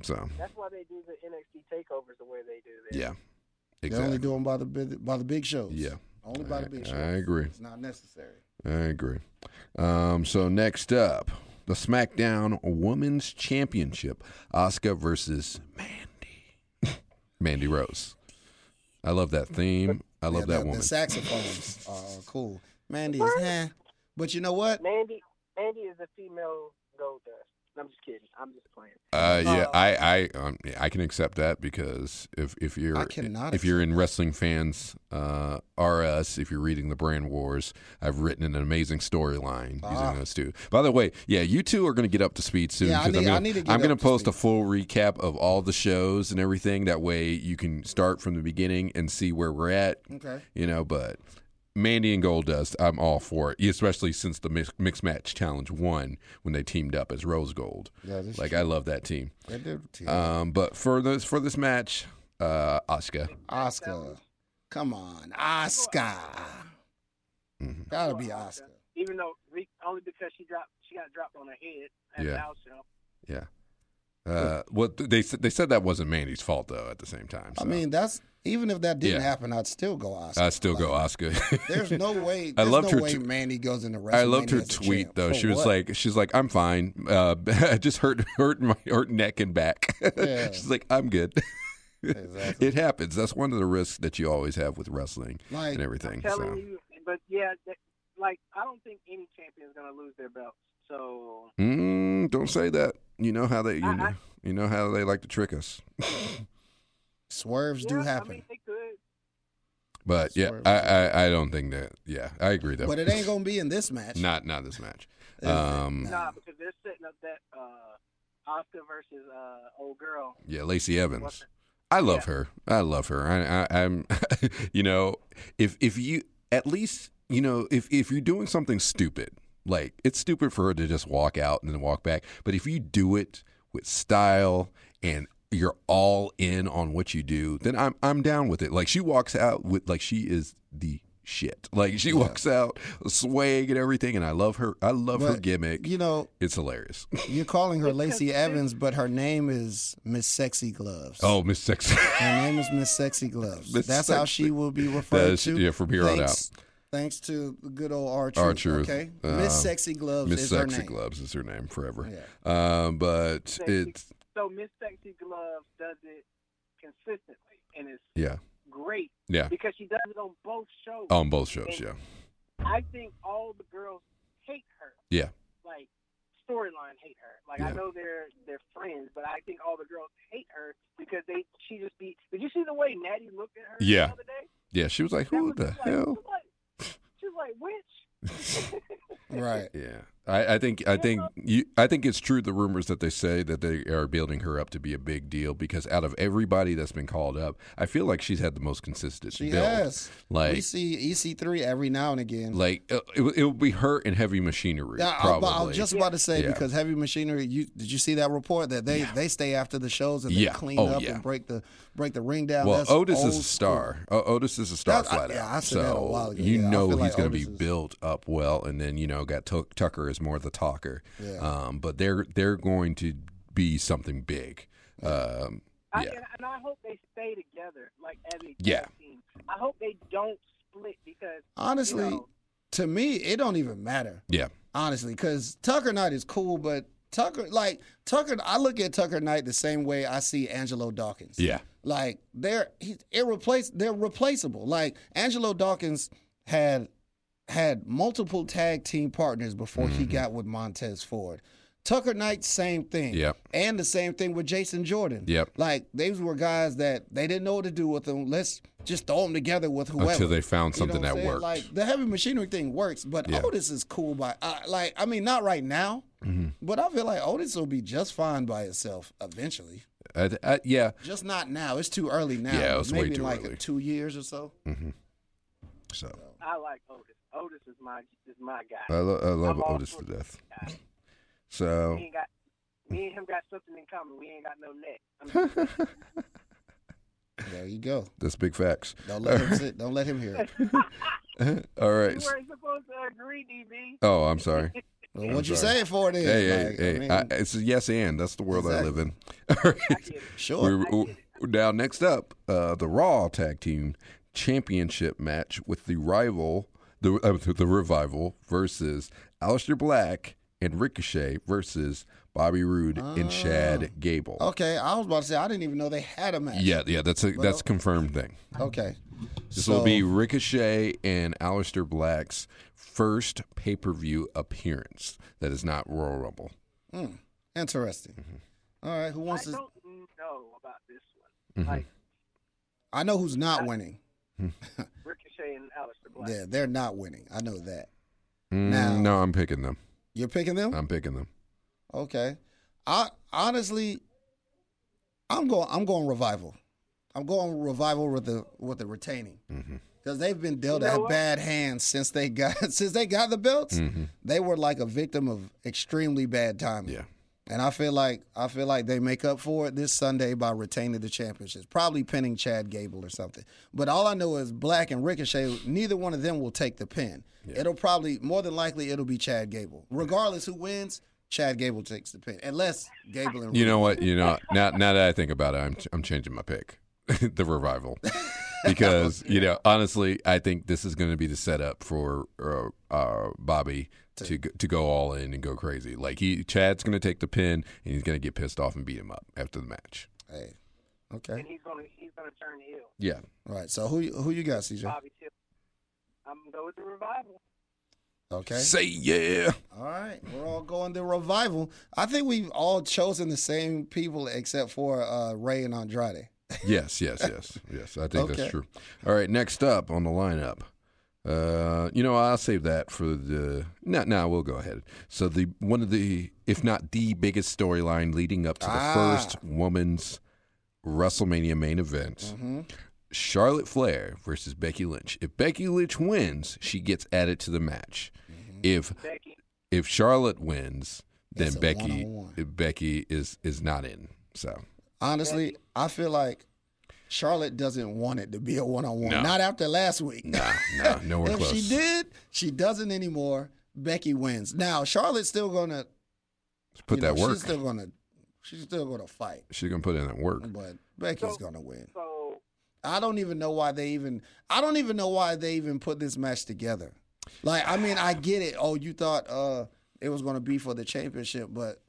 [SPEAKER 3] So
[SPEAKER 2] That's why they do the NXT takeovers the way they do. This.
[SPEAKER 3] yeah,
[SPEAKER 1] They only
[SPEAKER 3] exactly.
[SPEAKER 1] do them by the big- by the big shows.
[SPEAKER 3] Yeah.
[SPEAKER 1] Only by the big
[SPEAKER 3] I-
[SPEAKER 1] shows.
[SPEAKER 3] I agree.
[SPEAKER 1] It's not necessary.
[SPEAKER 3] I agree. Um, so next up, the SmackDown Women's Championship, Asuka versus Mandy, Mandy Rose. I love that theme. I love
[SPEAKER 1] Yeah,
[SPEAKER 3] that
[SPEAKER 1] the,
[SPEAKER 3] woman.
[SPEAKER 1] The saxophones are cool. Mandy is eh. But you know what?
[SPEAKER 2] Mandy, Mandy is a female gold dust. I'm just kidding. I'm just playing.
[SPEAKER 3] Uh, yeah,
[SPEAKER 2] Uh,
[SPEAKER 3] I I um, yeah, I can accept that because if if you're
[SPEAKER 1] I cannot
[SPEAKER 3] if you're in wrestling fans, uh, are us if you're reading the Brand Wars, I've written an amazing storyline
[SPEAKER 1] Ah.
[SPEAKER 3] using those two. By the way, yeah, you two are going to get up to speed soon.
[SPEAKER 1] Yeah, I
[SPEAKER 3] 'cause
[SPEAKER 1] need-
[SPEAKER 3] I'm gonna,
[SPEAKER 1] I need to get
[SPEAKER 3] I'm
[SPEAKER 1] up
[SPEAKER 3] gonna
[SPEAKER 1] to
[SPEAKER 3] post a
[SPEAKER 1] speed.
[SPEAKER 3] full recap of all the shows and everything. That way, you can start from the beginning and see where we're at.
[SPEAKER 1] Okay.
[SPEAKER 3] You know, but Mandy and Goldust, I'm all for it, especially since the mix, mixed match challenge won when they teamed up as Rose Gold.
[SPEAKER 1] Yeah, this
[SPEAKER 3] Like I love that team.
[SPEAKER 1] that dude-
[SPEAKER 3] Um, but for this for this match, uh, Oscar.
[SPEAKER 1] Oscar. Come on, Oscar.
[SPEAKER 3] Mhm.
[SPEAKER 1] Gotta be Oscar.
[SPEAKER 2] Even though re- only because she dropped, she got dropped on her head at
[SPEAKER 3] Yeah.
[SPEAKER 2] the house show.
[SPEAKER 3] Yeah. Uh, well, th- they s- they said that wasn't Mandy's fault though. At the same time,
[SPEAKER 1] I
[SPEAKER 3] so.
[SPEAKER 1] mean, that's even if that didn't
[SPEAKER 3] Yeah.
[SPEAKER 1] happen, I'd still go Oscar.
[SPEAKER 3] I still go Oscar.
[SPEAKER 1] There's no way.
[SPEAKER 3] I
[SPEAKER 1] There's
[SPEAKER 3] loved
[SPEAKER 1] no
[SPEAKER 3] her
[SPEAKER 1] way
[SPEAKER 3] tw-
[SPEAKER 1] Mandy goes into WrestleMania.
[SPEAKER 3] I loved her
[SPEAKER 1] as a
[SPEAKER 3] tweet
[SPEAKER 1] champ.
[SPEAKER 3] though.
[SPEAKER 1] For
[SPEAKER 3] She was
[SPEAKER 1] what?
[SPEAKER 3] like, she's like, I'm fine. Uh, I just hurt hurt my hurt neck and back.
[SPEAKER 1] Yeah.
[SPEAKER 3] she's like, I'm good.
[SPEAKER 1] Exactly.
[SPEAKER 3] it happens. That's one of the risks that you always have with wrestling
[SPEAKER 1] like,
[SPEAKER 3] and everything.
[SPEAKER 2] telling
[SPEAKER 3] So.
[SPEAKER 2] you, but yeah, that, like I don't think any champion's gonna lose their belts. So
[SPEAKER 3] Mm, don't say that. You know how they you
[SPEAKER 2] I-
[SPEAKER 3] know,
[SPEAKER 2] I-
[SPEAKER 3] you know how they like to trick us.
[SPEAKER 1] swerves do
[SPEAKER 2] yeah,
[SPEAKER 1] happen,
[SPEAKER 2] I mean, they could.
[SPEAKER 3] But yeah,
[SPEAKER 1] Swerve.
[SPEAKER 3] I, I I don't think that. Yeah, I agree though.
[SPEAKER 1] but it ain't gonna be in this match.
[SPEAKER 3] not not this match.
[SPEAKER 1] Is it?
[SPEAKER 3] Um,
[SPEAKER 2] Nah, because they're setting up that uh, Oscar versus uh, old girl.
[SPEAKER 3] Yeah, Lacey
[SPEAKER 2] What's
[SPEAKER 3] Evans.
[SPEAKER 2] her-
[SPEAKER 3] I love
[SPEAKER 2] Yeah.
[SPEAKER 3] her. I love her. I, I, I'm, you know, if if you at least you know if if you're doing something stupid, like it's stupid for her to just walk out and then walk back. But if you do it with style and you're all in on what you do, then I'm I'm down with it. Like she walks out with like she is the shit. Like she walks out swag and everything, and I love her. I love her
[SPEAKER 1] But-
[SPEAKER 3] gimmick.
[SPEAKER 1] You know,
[SPEAKER 3] It's hilarious.
[SPEAKER 1] you're calling her
[SPEAKER 2] Because
[SPEAKER 1] Lacey
[SPEAKER 2] this-
[SPEAKER 1] Evans, but her name is Miss Sexy Gloves.
[SPEAKER 3] Oh, Miss Sexy.
[SPEAKER 1] her name is Miss Sexy Gloves.
[SPEAKER 3] Miss
[SPEAKER 1] That's how she
[SPEAKER 3] Sexy.
[SPEAKER 1] will be referred
[SPEAKER 3] That is-
[SPEAKER 1] to.
[SPEAKER 3] yeah, from here on out.
[SPEAKER 1] thanks, Thanks to the good old R. Truth.
[SPEAKER 3] R-Truth.
[SPEAKER 1] Okay,
[SPEAKER 3] Uh,
[SPEAKER 1] Miss Sexy Gloves
[SPEAKER 3] Miss
[SPEAKER 1] is her
[SPEAKER 3] Sexy
[SPEAKER 1] name.
[SPEAKER 3] Gloves is her name forever.
[SPEAKER 1] Yeah.
[SPEAKER 3] Um, but
[SPEAKER 2] Sexy.
[SPEAKER 3] it's
[SPEAKER 2] So Miss Sexy Gloves does it consistently, and it's
[SPEAKER 3] yeah,
[SPEAKER 2] great
[SPEAKER 3] yeah, Um,
[SPEAKER 2] because she does it on both shows.
[SPEAKER 3] on both shows. Yeah,
[SPEAKER 2] I think all the girls hate her.
[SPEAKER 3] Yeah.
[SPEAKER 2] Like storyline hate her. Like I
[SPEAKER 3] Yeah.
[SPEAKER 2] know they're they're friends, but I think all the girls hate her because they she just be. Did you see the way Natty looked at her
[SPEAKER 3] Yeah.
[SPEAKER 2] the other day?
[SPEAKER 3] yeah. She was like,
[SPEAKER 2] That
[SPEAKER 3] "Who
[SPEAKER 2] was
[SPEAKER 3] the
[SPEAKER 2] just like-
[SPEAKER 3] hell?"
[SPEAKER 2] She's like, she's like witch.
[SPEAKER 1] Right.
[SPEAKER 3] Yeah, I, I think I think you, I think it's true. The rumors that they say that they are building her up to be a big deal because out of everybody that's been called up, I feel like she's had the most consistent
[SPEAKER 1] She
[SPEAKER 3] build.
[SPEAKER 1] has. we
[SPEAKER 3] Like,
[SPEAKER 1] see EC3 every now and again.
[SPEAKER 3] like uh, it, will- it will be her and heavy machinery.
[SPEAKER 1] Yeah, I, I-
[SPEAKER 3] probably.
[SPEAKER 1] I was just about to say
[SPEAKER 3] Yeah.
[SPEAKER 1] because heavy machinery. You did you see that report that they, they stay after the shows and they
[SPEAKER 3] Yeah.
[SPEAKER 1] clean
[SPEAKER 3] Oh,
[SPEAKER 1] up
[SPEAKER 3] yeah.
[SPEAKER 1] and break the break the ring down.
[SPEAKER 3] Well,
[SPEAKER 1] That's
[SPEAKER 3] Otis
[SPEAKER 1] old
[SPEAKER 3] is a star. O- Otis is a star
[SPEAKER 1] That- I-
[SPEAKER 3] flat out.
[SPEAKER 1] yeah, I said
[SPEAKER 3] so
[SPEAKER 1] that a while ago.
[SPEAKER 3] you
[SPEAKER 1] Yeah, I
[SPEAKER 3] know
[SPEAKER 1] feel
[SPEAKER 3] he's
[SPEAKER 1] like
[SPEAKER 3] going to be
[SPEAKER 1] Otis is-
[SPEAKER 3] built up well, and then you know got Tuck Tucker is more the talker.
[SPEAKER 1] Yeah.
[SPEAKER 3] Um, but they're they're going to be something big. Um,
[SPEAKER 2] I,
[SPEAKER 3] Yeah.
[SPEAKER 2] and, and I hope they stay together, like as a tag
[SPEAKER 3] Yeah.
[SPEAKER 2] team. I hope they don't split because
[SPEAKER 1] school. Honestly,
[SPEAKER 2] you know,
[SPEAKER 1] to me, it don't even matter.
[SPEAKER 3] yeah,
[SPEAKER 1] Honestly, because Tucker Knight is cool, but Tucker like Tucker. I look at Tucker Knight the same way I see Angelo Dawkins.
[SPEAKER 3] yeah,
[SPEAKER 1] Like they're he's irreplace they're replaceable. Like Angelo Dawkins had had multiple tag team partners before
[SPEAKER 3] Mm-hmm.
[SPEAKER 1] he got with Montez Ford. Tucker Knight, same thing.
[SPEAKER 3] Yep.
[SPEAKER 1] And the same thing with Jason Jordan.
[SPEAKER 3] Yep.
[SPEAKER 1] Like these were guys that they didn't know what to do with them. Let's just throw them together with whoever.
[SPEAKER 3] Until they found
[SPEAKER 1] You know
[SPEAKER 3] something
[SPEAKER 1] what I'm
[SPEAKER 3] that
[SPEAKER 1] saying?
[SPEAKER 3] worked.
[SPEAKER 1] Like the heavy machinery thing works, but
[SPEAKER 3] Yeah.
[SPEAKER 1] Otis is cool by I like I mean not right now,
[SPEAKER 3] Mm-hmm.
[SPEAKER 1] but I feel like Otis will be just fine by itself eventually.
[SPEAKER 3] I th- I- yeah.
[SPEAKER 1] Just not now. It's too early now.
[SPEAKER 3] Yeah, it's way
[SPEAKER 1] Maybe
[SPEAKER 3] too
[SPEAKER 1] in like
[SPEAKER 3] early.
[SPEAKER 1] two years or so.
[SPEAKER 3] So
[SPEAKER 2] I like Otis. Otis is my is my guy.
[SPEAKER 3] I, lo- I love
[SPEAKER 2] I'm all
[SPEAKER 3] Otis
[SPEAKER 2] for
[SPEAKER 3] to
[SPEAKER 2] it.
[SPEAKER 3] death.
[SPEAKER 2] Guy.
[SPEAKER 3] So
[SPEAKER 2] We ain't got me and him got something in common. We ain't got no neck. I mean,
[SPEAKER 1] There you go.
[SPEAKER 3] that's big facts.
[SPEAKER 1] Don't let him sit. Don't let him hear it.
[SPEAKER 3] All
[SPEAKER 2] we
[SPEAKER 3] right.
[SPEAKER 2] weren't supposed to agree, DB.
[SPEAKER 3] Oh, I'm sorry.
[SPEAKER 1] Well, what you
[SPEAKER 3] sorry.
[SPEAKER 1] say for it is.
[SPEAKER 3] Hey, hey,
[SPEAKER 1] like,
[SPEAKER 3] hey.
[SPEAKER 1] I mean,
[SPEAKER 3] I- it's a yes and. That's the world I live in. All
[SPEAKER 2] I
[SPEAKER 3] right.
[SPEAKER 2] get it.
[SPEAKER 1] sure.
[SPEAKER 3] We're, we're- now, next up, uh, the Raw Tag Team Championship match with the rival, the uh, the Revival versus Aleister Black and Ricochet versus Bobby Roode and Shad Gable.
[SPEAKER 1] Oh, Okay, I was about to say I didn't even know they had a match.
[SPEAKER 3] Yeah, yeah, that's a that's confirmed thing.
[SPEAKER 1] Okay.
[SPEAKER 3] This will be Ricochet and Aleister Black's first pay per view appearance. That is not Royal Rumble.
[SPEAKER 1] interesting.
[SPEAKER 3] Mm-hmm.
[SPEAKER 1] All right. Who
[SPEAKER 2] I
[SPEAKER 1] wants to?
[SPEAKER 2] don't know about this one. Like
[SPEAKER 1] I know who's not winning.
[SPEAKER 2] Ricochet and Alistair Black.
[SPEAKER 1] Yeah, they're not winning. I know that.
[SPEAKER 3] Mm,
[SPEAKER 1] Now-
[SPEAKER 3] no, I'm picking them.
[SPEAKER 1] You're picking them.
[SPEAKER 3] I'm picking them.
[SPEAKER 1] Okay. I honestly, I'm going. I'm going revival. I'm going revival with the with the retaining because they've been dealt
[SPEAKER 2] You know
[SPEAKER 1] a
[SPEAKER 2] what?
[SPEAKER 1] bad hand since they
[SPEAKER 3] Mm. Mm-hmm.
[SPEAKER 1] got since they got the belts. They were like a victim of extremely bad timing.
[SPEAKER 3] Yeah.
[SPEAKER 1] And I feel like I feel like they make up for it this Sunday by retaining the championships, probably pinning Chad Gable or something. But all I know is Black and Ricochet, neither one of them will take the pin. It'll probably more than likely it'll be Chad Gable. Regardless who wins, Chad Gable takes the pin, unless Gable and
[SPEAKER 3] You know what? You know now. Now that I think about it, I'm I'm changing my pick, the revival, because you know honestly, I think this is going to be the setup for uh, uh, Bobby to go- to go all in and go crazy. Like he Chad's going to take the pin and he's going to get pissed off and beat him up after the match.
[SPEAKER 1] Hey, okay,
[SPEAKER 2] and he's gonna he's gonna turn heel.
[SPEAKER 3] Yeah,
[SPEAKER 1] all right. So who you- who you got, CJ?
[SPEAKER 2] Bobby Chip. I'm gonna go with the revival.
[SPEAKER 1] Okay,
[SPEAKER 3] say yeah.
[SPEAKER 1] all right. We're all going to revival. I think we've all chosen the same people except for uh, Ray and Andrade.
[SPEAKER 3] Yes, yes, yes, yes. I think
[SPEAKER 1] Okay.
[SPEAKER 3] that's true. All right, next up on the lineup. Uh, you know, I'll save that for the. No, no, we'll go ahead. So the one of the, if not the biggest storyline leading up to the
[SPEAKER 1] Ah.
[SPEAKER 3] first woman's WrestleMania main event,
[SPEAKER 1] Mm-hmm.
[SPEAKER 3] Charlotte Flair versus Becky Lynch. If Becky Lynch wins, she gets added to the match. If
[SPEAKER 2] Becky.
[SPEAKER 3] if Charlotte wins,
[SPEAKER 1] Mm-hmm.
[SPEAKER 3] then
[SPEAKER 1] It's a
[SPEAKER 3] Becky
[SPEAKER 1] one-on-one.
[SPEAKER 3] Becky is is not in. So
[SPEAKER 1] Honestly, I feel like Charlotte doesn't want it to be a one on one.
[SPEAKER 3] No.
[SPEAKER 1] Not after last week.
[SPEAKER 3] no, no, nowhere
[SPEAKER 1] if
[SPEAKER 3] close.
[SPEAKER 1] she did, she doesn't anymore. Becky wins. Now Charlotte's still gonna
[SPEAKER 3] Put
[SPEAKER 1] you
[SPEAKER 3] that
[SPEAKER 1] know,
[SPEAKER 3] work.
[SPEAKER 1] She's still gonna she's still gonna fight,
[SPEAKER 3] She's gonna put in that work.
[SPEAKER 1] but Becky's
[SPEAKER 2] So-
[SPEAKER 1] gonna win.
[SPEAKER 2] So
[SPEAKER 1] I don't even know why they even I don't even know why they even put this match together. Like I mean, I get it. Oh, you thought uh it was gonna be for the championship, but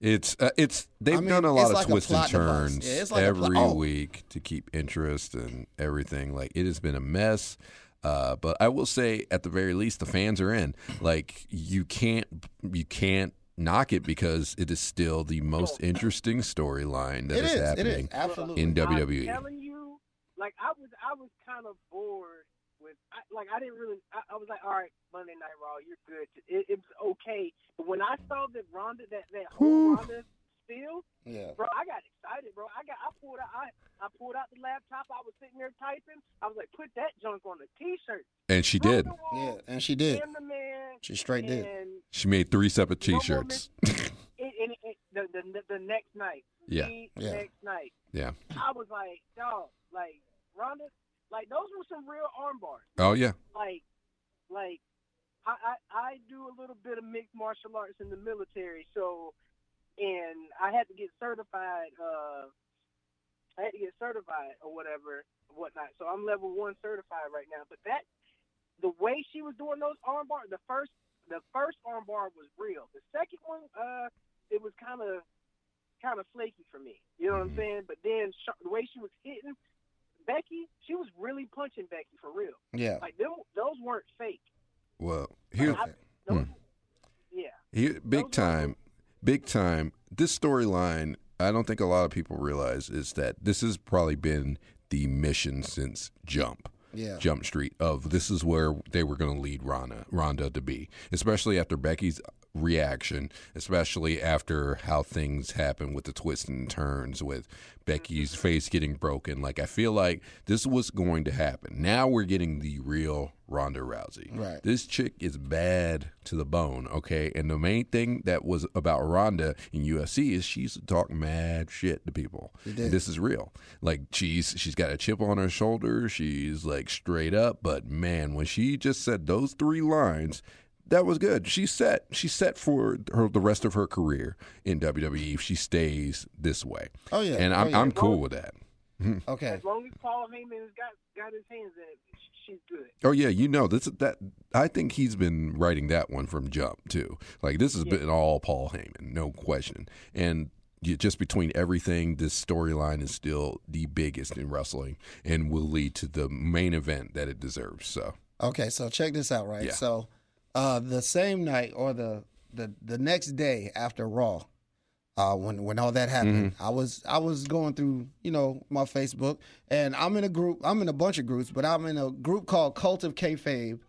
[SPEAKER 3] It's uh, it's they've
[SPEAKER 1] I mean,
[SPEAKER 3] done a
[SPEAKER 1] it's
[SPEAKER 3] lot of
[SPEAKER 1] like a
[SPEAKER 3] twists and
[SPEAKER 1] plot device.
[SPEAKER 3] turns
[SPEAKER 1] Yeah, it's like a pl-
[SPEAKER 3] every
[SPEAKER 1] oh.
[SPEAKER 3] week to keep interest and everything. Like it has been a mess. Uh, but I will say, at the very least, the fans are in. Like you can't you can't knock it because it is still the most interesting storyline that
[SPEAKER 1] it
[SPEAKER 3] is,
[SPEAKER 1] is, it is.
[SPEAKER 3] happening
[SPEAKER 1] Absolutely.
[SPEAKER 3] in
[SPEAKER 2] I'm
[SPEAKER 3] WWE.
[SPEAKER 2] telling you, like I was, I was kind of bored with, I, like I didn't really, I, I was like, all right, Monday Night Raw, you're good. It, it was okay, but when I saw that Ronda, that that whole
[SPEAKER 3] Whew.
[SPEAKER 2] Ronda steal,
[SPEAKER 1] yeah.
[SPEAKER 2] bro, I got excited, bro. I got, I pulled out, I, I pulled out the laptop. I was sitting there typing. I was like, put that junk on the T-shirt.
[SPEAKER 3] And she did.
[SPEAKER 2] Ronda
[SPEAKER 1] Yeah,
[SPEAKER 2] Rousey,
[SPEAKER 1] and she did.
[SPEAKER 2] Him the man.
[SPEAKER 1] She straight did.
[SPEAKER 2] And
[SPEAKER 3] She made three separate
[SPEAKER 2] No more
[SPEAKER 3] T-shirts.
[SPEAKER 2] it, it, it, the, the the next night.
[SPEAKER 3] Yeah.
[SPEAKER 2] The
[SPEAKER 1] Yeah.
[SPEAKER 2] Next night.
[SPEAKER 3] Yeah.
[SPEAKER 2] I was like, dog, like Ronda, like those were some real arm bars.
[SPEAKER 3] Oh yeah.
[SPEAKER 2] Like, like I, I I do a little bit of mixed martial arts in the military, so and I had to get certified. uh I had to get certified or whatever, whatnot. So I'm level one certified right now. But that, the way she was doing those arm bars, the first the first arm bar was real. The second one, uh, it was kind of kind of flaky for me. You know what
[SPEAKER 3] Mhm.
[SPEAKER 2] I'm saying? But then Char- the way she was hitting Becky, she was really punching Becky for real.
[SPEAKER 1] Yeah.
[SPEAKER 2] Like them, those weren't fake.
[SPEAKER 3] Well, here
[SPEAKER 2] I- Those, Yeah.
[SPEAKER 3] He,
[SPEAKER 2] Those
[SPEAKER 3] big
[SPEAKER 2] are-
[SPEAKER 3] time, big time. This storyline, I don't think a lot of people realize is that this has probably been the mission since Jump.
[SPEAKER 1] Yeah.
[SPEAKER 3] Jump Street of this is where they were going to lead Ronda Ronda to be, especially after Becky's reaction, especially after how things happen with the twists and turns with Becky's
[SPEAKER 2] Mm-hmm.
[SPEAKER 3] face getting broken. Like I feel like this was going to happen. Now we're getting the real Ronda Rousey.
[SPEAKER 1] Right.
[SPEAKER 3] This chick is bad to the bone, okay? And the main thing that was about Ronda in UFC is she used to talk mad shit to people.
[SPEAKER 1] She did.
[SPEAKER 3] And this is real. Like she's she's got a chip on her shoulder. She's like straight up, but man, when she just said those three lines, that was good. She's set. She's set for her the rest of her career in WWE if she stays this way.
[SPEAKER 1] Oh yeah.
[SPEAKER 3] and I'm
[SPEAKER 1] Oh, yeah.
[SPEAKER 3] I'm cool with that.
[SPEAKER 1] okay.
[SPEAKER 2] As long as Paul Heyman's got got his hands in it, sh- she's good.
[SPEAKER 3] Oh yeah, you know this that I think he's been writing that one from jump too. Like this has been all Paul Heyman, no question. And you, just between everything, this storyline is still the biggest in wrestling, and will lead to the main event that it deserves. So
[SPEAKER 1] Okay, so check this out, right?
[SPEAKER 3] Yeah.
[SPEAKER 1] So, uh, the same night or the the the next day after Raw, uh, when when all that happened,
[SPEAKER 3] Mm-hmm.
[SPEAKER 1] I was I was going through you know my Facebook, and I'm in a group. I'm in a bunch of groups, but I'm in a group called Cult of Kayfabe,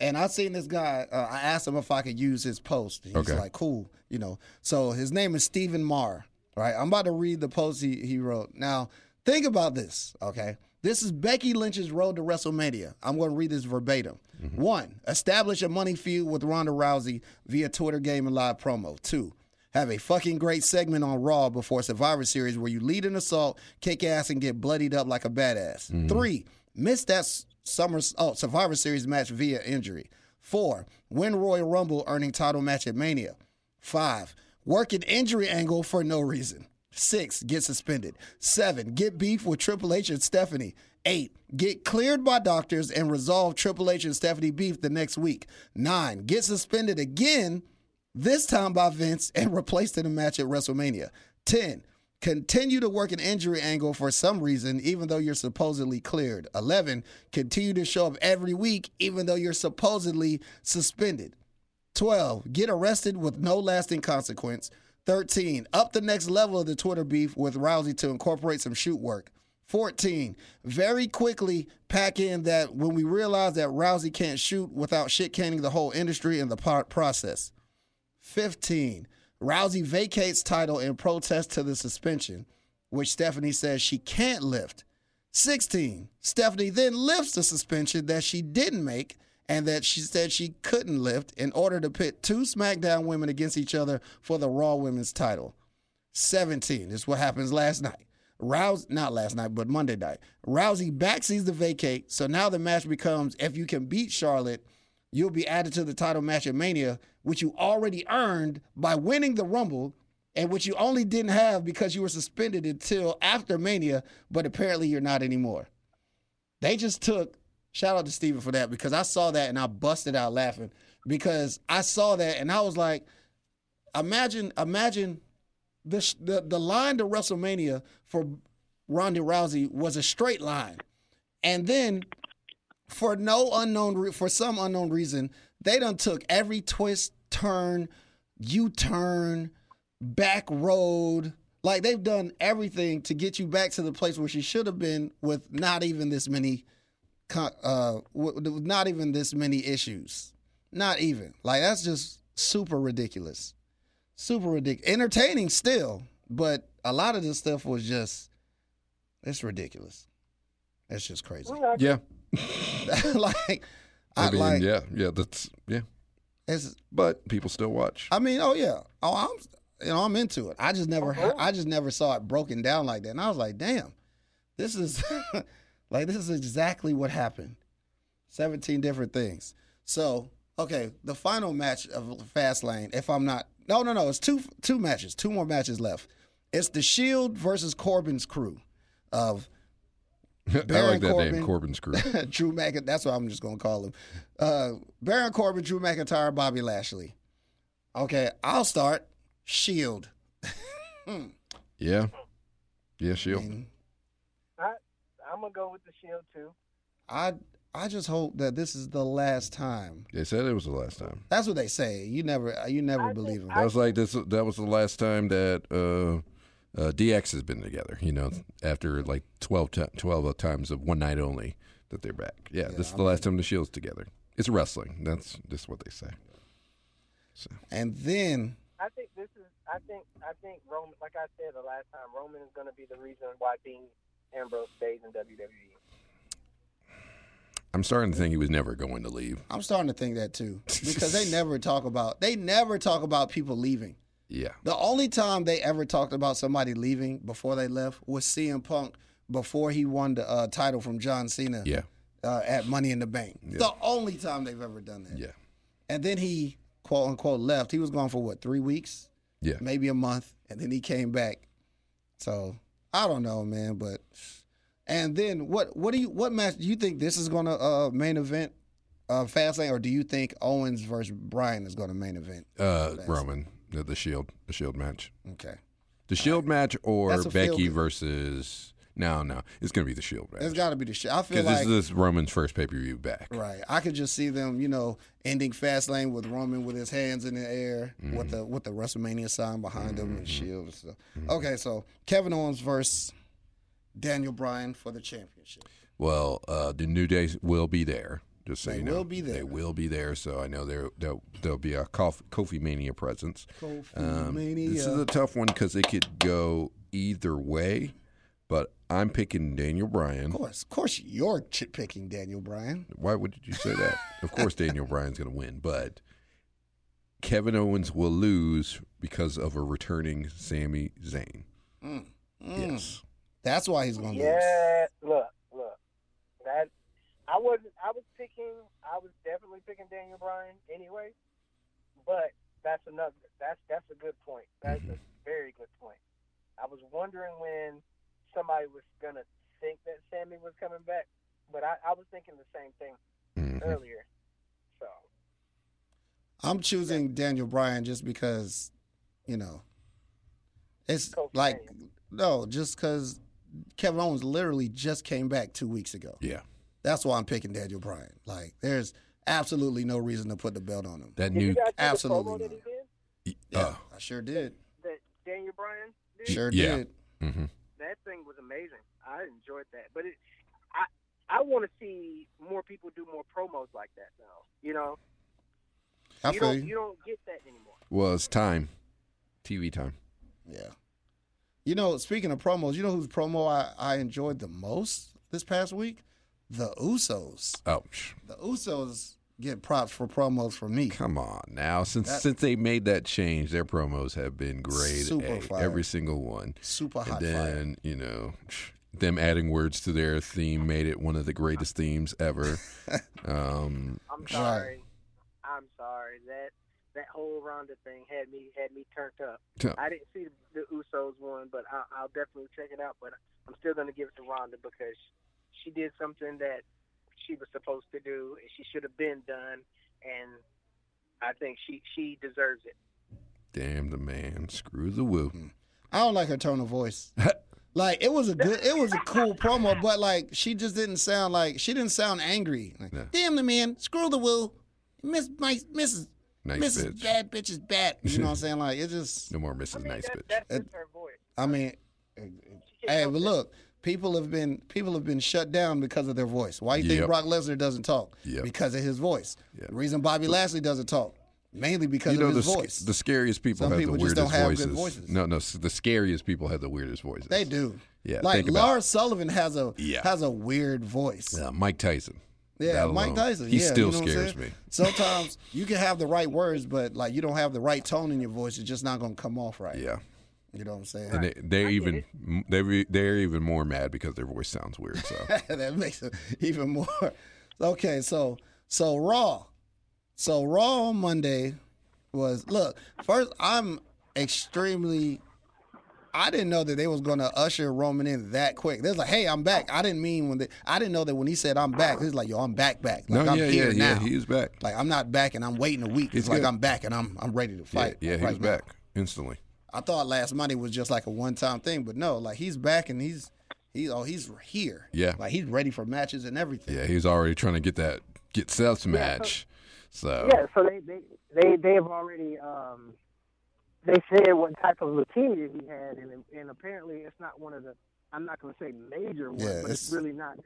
[SPEAKER 1] and I seen this guy. Uh, I asked him if I could use his post. He's
[SPEAKER 3] Okay.
[SPEAKER 1] like, cool, you know. So his name is Stephen Marr, right? I'm about to read the post he, he wrote. Now, think about this, okay? This is Becky Lynch's road to WrestleMania. I'm going to read this verbatim. One, establish a money feud with Ronda Rousey via Twitter game and live promo. Two, Have a fucking great segment on Raw before Survivor Series where you lead an assault, kick ass, and get bloodied up like a badass. Three, miss that s- summer oh Survivor Series match via injury. Four, win Royal Rumble, earning title match at Mania. Five, work an injury angle for no reason. Six, get suspended. Seven, get beef with Triple H and Stephanie. Eight, get cleared by doctors and resolve Triple H and Stephanie beef the next week. Nine, get suspended again, this time by Vince and replaced in a match at WrestleMania. Ten, continue to work an injury angle for some reason, even though you're supposedly cleared. Eleven, continue to show up every week, even though you're supposedly suspended. 12. Get arrested with no lasting consequence. 13. Up the next level of the Twitter beef with Rousey to incorporate some shoot work. 14. Very quickly pack in that when we realize that Rousey can't shoot without shit canning the whole industry and the part process. 15. Rousey vacates title in protest to the suspension, which Stephanie says she can't lift. 16. Stephanie then lifts the suspension that she didn't make and that she said she couldn't lift in order to pit two SmackDown women against each other for the Raw Women's title. 17 is what happens last night. Rouse, not last night, but Monday night. Rousey backsees the vacate, so now the match becomes if you can beat Charlotte, you'll be added to the title match at Mania, which you already earned by winning the Rumble, and which you only didn't have because you were suspended until after Mania, but apparently you're not anymore. They just took, shout out to Steven for that, because I saw that and I busted out laughing because I saw that and I was like, imagine, imagine the, sh- the, the line to WrestleMania for Ronda Rousey was a straight line. And then for no unknown re- for some unknown reason, they done took every twist, turn, U turn, back road. Like they've done everything to get you back to the place where she should have been with not even this many, co- uh, w- with not even this many issues. Not even like that's just super ridiculous, super ridiculous. Entertaining still, but a lot of this stuff was just it's ridiculous. It's just crazy.
[SPEAKER 3] Yeah.
[SPEAKER 1] like, I,
[SPEAKER 3] I mean,
[SPEAKER 1] like
[SPEAKER 3] yeah, yeah. That's yeah.
[SPEAKER 1] it's.
[SPEAKER 3] But people still watch.
[SPEAKER 1] I mean, oh yeah, oh I'm, you know, I'm into it. I just never, I just never saw it broken down like that, and I was like, damn, this is, like, this is exactly what happened. Seventeen different things. So okay, the final match of Fastlane. If I'm not, no, no, no, it's two, two matches, two more matches left. It's the Shield versus Corbin's crew of
[SPEAKER 3] I
[SPEAKER 1] Baron
[SPEAKER 3] like that
[SPEAKER 1] Corbin.
[SPEAKER 3] name, Corbin's crew.
[SPEAKER 1] Drew McIntyre. That's what I'm just gonna call him. Uh, Baron Corbin, Drew McIntyre, Bobby Lashley. Okay, I'll start. Shield.
[SPEAKER 3] Yeah. Yeah, she'll.
[SPEAKER 1] And
[SPEAKER 2] I, I'm gonna go with the Shield too.
[SPEAKER 1] I I just hope that this is the last time.
[SPEAKER 3] They said it was the last time.
[SPEAKER 1] That's what they say. You never you never
[SPEAKER 2] I
[SPEAKER 1] believe them.
[SPEAKER 2] think
[SPEAKER 3] That was like this. That was the last time that uh, uh, DX has been together. You know, after like 12, ti 12 times of one night only that they're back. Yeah, this is the last time the Shield's together. It's wrestling. That's just what they say.
[SPEAKER 1] and then
[SPEAKER 2] I think this is. I think. I think Roman. Like I said the last time, Roman is going to be the reason why Dean Ambrose stays in E. WWE.
[SPEAKER 3] I'm starting to think he was never going to leave.
[SPEAKER 1] I'm starting to think that too because they never talk about they never talk about people leaving.
[SPEAKER 3] Yeah.
[SPEAKER 1] The only time they ever talked about somebody leaving before they left was CM Punk before he won the uh, title from John Cena.
[SPEAKER 3] Yeah.
[SPEAKER 1] uh, at Money in the Bank. The only time they've ever done that.
[SPEAKER 3] Yeah.
[SPEAKER 1] And then he, quote unquote, left. He was gone for what, three weeks?
[SPEAKER 3] Yeah.
[SPEAKER 1] Maybe a month. And then he came back. So I don't know, man. But and then what what do you what match do you think this is gonna uh main event uh Fastlane or do you think Owens versus Bryan is gonna main event?
[SPEAKER 3] Uh, Roman, the, the Shield, the Shield match.
[SPEAKER 1] Okay.
[SPEAKER 3] The Shield match or
[SPEAKER 1] That's a feel
[SPEAKER 3] Becky
[SPEAKER 1] good.
[SPEAKER 3] versus. No, no. It's going to be the Shield match.
[SPEAKER 1] It's gotta be the shit. I feel
[SPEAKER 3] Because
[SPEAKER 1] like
[SPEAKER 3] this is Roman's first pay per view back.
[SPEAKER 1] Right. I could just see them, you know, ending fast lane with Roman with his hands in the air
[SPEAKER 3] Mm-hmm.
[SPEAKER 1] with the with the WrestleMania sign behind him and shield and stuff.
[SPEAKER 3] Mm-hmm.
[SPEAKER 1] Okay, so Kevin Owens versus Daniel Bryan for the championship.
[SPEAKER 3] Well, uh, the New Day will be there. Just so
[SPEAKER 1] They
[SPEAKER 3] you know,
[SPEAKER 1] will be
[SPEAKER 3] They
[SPEAKER 1] there.
[SPEAKER 3] will be there. So I know there there'll, there'll be a Kof- Kofi Mania presence.
[SPEAKER 1] Kofi
[SPEAKER 3] Um,
[SPEAKER 1] Mania.
[SPEAKER 3] This is a tough one because it could go either way, but I'm picking Daniel Bryan.
[SPEAKER 1] of course, of course, you're ch- picking Daniel Bryan.
[SPEAKER 3] Why would you say that? of course, Daniel Bryan's going to win, but Kevin Owens will lose because of a returning Sami Zayn.
[SPEAKER 1] Mm.
[SPEAKER 3] Yes.
[SPEAKER 1] That's why he's going to
[SPEAKER 2] Yeah, look, look. That I wasn't. I was picking. I was definitely picking Daniel Bryan anyway. But that's another. That's that's a good point. That's a
[SPEAKER 1] Mm-hmm.
[SPEAKER 2] very good point. I was wondering when somebody was gonna think that Sammy was coming back, but I, I was thinking the same thing
[SPEAKER 1] Mm-hmm.
[SPEAKER 3] Mhm.
[SPEAKER 2] earlier. So
[SPEAKER 1] lose. I'm choosing Daniel Bryan just because, you know, it's
[SPEAKER 2] Coach
[SPEAKER 1] like, no, just because Kevin Owens literally just came back two weeks ago.
[SPEAKER 3] Yeah.
[SPEAKER 1] That's why I'm picking Daniel Bryan. Like, there's absolutely no reason to put the belt on him.
[SPEAKER 3] That
[SPEAKER 2] did you
[SPEAKER 3] new.
[SPEAKER 2] guys see
[SPEAKER 1] absolutely
[SPEAKER 2] the promo that he
[SPEAKER 1] not.
[SPEAKER 2] did?
[SPEAKER 1] Yeah,
[SPEAKER 3] Uh,
[SPEAKER 1] I sure did.
[SPEAKER 2] That Daniel Bryan did.
[SPEAKER 1] Sure
[SPEAKER 3] Yeah.
[SPEAKER 1] did.
[SPEAKER 3] mhm.
[SPEAKER 2] that thing was amazing. I enjoyed that, but it, I I want to see more people do more promos like that now. You know,
[SPEAKER 1] I
[SPEAKER 2] you
[SPEAKER 1] feel
[SPEAKER 2] don't
[SPEAKER 1] you.
[SPEAKER 2] you don't get that anymore.
[SPEAKER 3] Well, it's time. TV time.
[SPEAKER 1] Yeah. You know, speaking of promos, you know whose promo I, I enjoyed the most this past week? The Usos.
[SPEAKER 3] Ouch.
[SPEAKER 1] The Usos get props for promos from me.
[SPEAKER 3] Come on now. Since
[SPEAKER 1] That-
[SPEAKER 3] since they made that change, their promos have been grade
[SPEAKER 1] Super
[SPEAKER 3] A,
[SPEAKER 1] fire.
[SPEAKER 3] every single one.
[SPEAKER 1] Super
[SPEAKER 3] And
[SPEAKER 1] hot fire.
[SPEAKER 3] then you know, them adding words to their theme made it one of the greatest themes ever. um,
[SPEAKER 2] I'm
[SPEAKER 1] Sure.
[SPEAKER 2] sorry, I'm sorry that that whole Ronda thing had me had me turned up.
[SPEAKER 1] Oh.
[SPEAKER 3] Yeah.
[SPEAKER 2] I didn't see the, the Usos one, but I, I'll definitely check it out. But I'm still gonna give it to Ronda because she did something that she was supposed to do and she should have been done, and I think she she deserves it.
[SPEAKER 3] damn the man, screw the woo.
[SPEAKER 1] Hmm. I don't like her tone of voice. like it was a good it was a cool promo, but like she just didn't sound like she didn't sound angry. Like,
[SPEAKER 3] Yeah.
[SPEAKER 1] damn the man, screw the woo. Miss my Mrs.
[SPEAKER 3] Nice
[SPEAKER 1] Mrs.
[SPEAKER 3] bitch.
[SPEAKER 1] Bad bitch is bad. You know what I'm saying? Like it just
[SPEAKER 3] No more
[SPEAKER 2] I
[SPEAKER 3] Mrs.
[SPEAKER 2] mean,
[SPEAKER 3] Nice
[SPEAKER 2] that,
[SPEAKER 3] Bitch.
[SPEAKER 2] that's
[SPEAKER 1] It-
[SPEAKER 2] just her voice.
[SPEAKER 1] I mean
[SPEAKER 2] She
[SPEAKER 1] Hey,
[SPEAKER 2] can't
[SPEAKER 1] but
[SPEAKER 2] help
[SPEAKER 1] look, people have been people have been shut down because of their voice. Why you think
[SPEAKER 3] Yep.
[SPEAKER 1] Brock Lesnar doesn't talk?
[SPEAKER 3] Yep.
[SPEAKER 1] Because of his voice.
[SPEAKER 3] Yep.
[SPEAKER 1] The reason Bobby Lashley doesn't talk, mainly because
[SPEAKER 3] you know
[SPEAKER 1] of
[SPEAKER 3] the,
[SPEAKER 1] his
[SPEAKER 3] sc-
[SPEAKER 1] voice.
[SPEAKER 3] the scariest people
[SPEAKER 1] Some
[SPEAKER 3] have
[SPEAKER 1] people
[SPEAKER 3] the
[SPEAKER 1] just
[SPEAKER 3] weirdest
[SPEAKER 1] don't have
[SPEAKER 3] voices.
[SPEAKER 1] good voices.
[SPEAKER 3] No, no, s- the scariest people have the weirdest voices.
[SPEAKER 1] they do.
[SPEAKER 3] Yeah,
[SPEAKER 1] Like
[SPEAKER 3] think about it.
[SPEAKER 1] Lars Sullivan has a
[SPEAKER 3] Yeah.
[SPEAKER 1] has a weird voice.
[SPEAKER 3] Uh, Mike Tyson.
[SPEAKER 1] Yeah,
[SPEAKER 3] That
[SPEAKER 1] Mike
[SPEAKER 3] alone.
[SPEAKER 1] Tyson.
[SPEAKER 3] He
[SPEAKER 1] yeah,
[SPEAKER 3] still
[SPEAKER 1] you know what I'm
[SPEAKER 3] scares
[SPEAKER 1] saying?
[SPEAKER 3] me.
[SPEAKER 1] Sometimes you can have the right words, but like you don't have the right tone in your voice, it's just not gonna come off right.
[SPEAKER 3] Yeah,
[SPEAKER 1] You know what I'm saying?
[SPEAKER 3] and they, they're
[SPEAKER 2] I get
[SPEAKER 3] even
[SPEAKER 2] it.
[SPEAKER 3] m- they're e- they're even more mad because their voice sounds weird. So
[SPEAKER 1] that makes it even more. Okay, so so Raw, so Raw on Monday was look. First, I'm extremely. I didn't know that they was gonna usher Roman in that quick. They're like, "Hey, I'm back." I didn't mean when they, I didn't know that when he said "I'm back," he's like, "Yo, I'm back, back." Like
[SPEAKER 3] no,
[SPEAKER 1] I'm
[SPEAKER 3] yeah,
[SPEAKER 1] here
[SPEAKER 3] yeah,
[SPEAKER 1] now.
[SPEAKER 3] yeah, he is back.
[SPEAKER 1] like I'm not back, and I'm waiting a week. It's
[SPEAKER 3] He's
[SPEAKER 1] like
[SPEAKER 3] good.
[SPEAKER 1] I'm back, and I'm I'm ready to fight.
[SPEAKER 3] yeah, yeah, he
[SPEAKER 1] right
[SPEAKER 3] was
[SPEAKER 1] now.
[SPEAKER 3] back instantly.
[SPEAKER 1] I thought last Monday was just like a one time thing, but no, like he's back and he's he oh he's here.
[SPEAKER 3] Yeah.
[SPEAKER 1] Like he's ready for matches and everything.
[SPEAKER 3] Yeah, he was already trying to get that get Seth's match. So
[SPEAKER 2] Yeah, so they they they, they have already um, they said what type of leukemia he had, and and apparently it's not one of the I'm not going to say major ones,
[SPEAKER 1] Yeah,
[SPEAKER 2] but
[SPEAKER 1] it's-
[SPEAKER 2] it's, really not.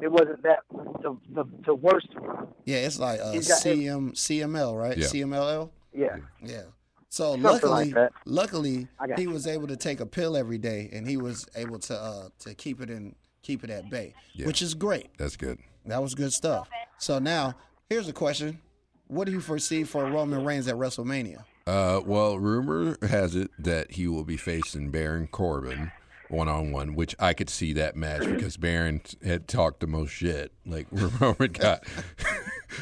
[SPEAKER 2] It wasn't that the the, the worst one.
[SPEAKER 1] Yeah, it's like uh,
[SPEAKER 2] He's got-
[SPEAKER 1] CM CML, right?
[SPEAKER 3] Yeah.
[SPEAKER 1] CMLL?
[SPEAKER 2] Yeah,
[SPEAKER 1] Yeah. So
[SPEAKER 2] Something
[SPEAKER 1] luckily
[SPEAKER 2] like that.
[SPEAKER 1] luckily
[SPEAKER 2] I got
[SPEAKER 1] he
[SPEAKER 2] you.
[SPEAKER 1] was able to take a pill every day and he was able to uh to keep it in keep it at bay.
[SPEAKER 3] Yeah.
[SPEAKER 1] Which is great.
[SPEAKER 3] that's good.
[SPEAKER 1] That was good stuff. So now here's a question. What do you foresee for Roman Reigns at WrestleMania?
[SPEAKER 3] Uh, well, rumor has it that he will be facing Baron Corbin one on one, which I could see that match because Baron had talked the most shit like Roman got.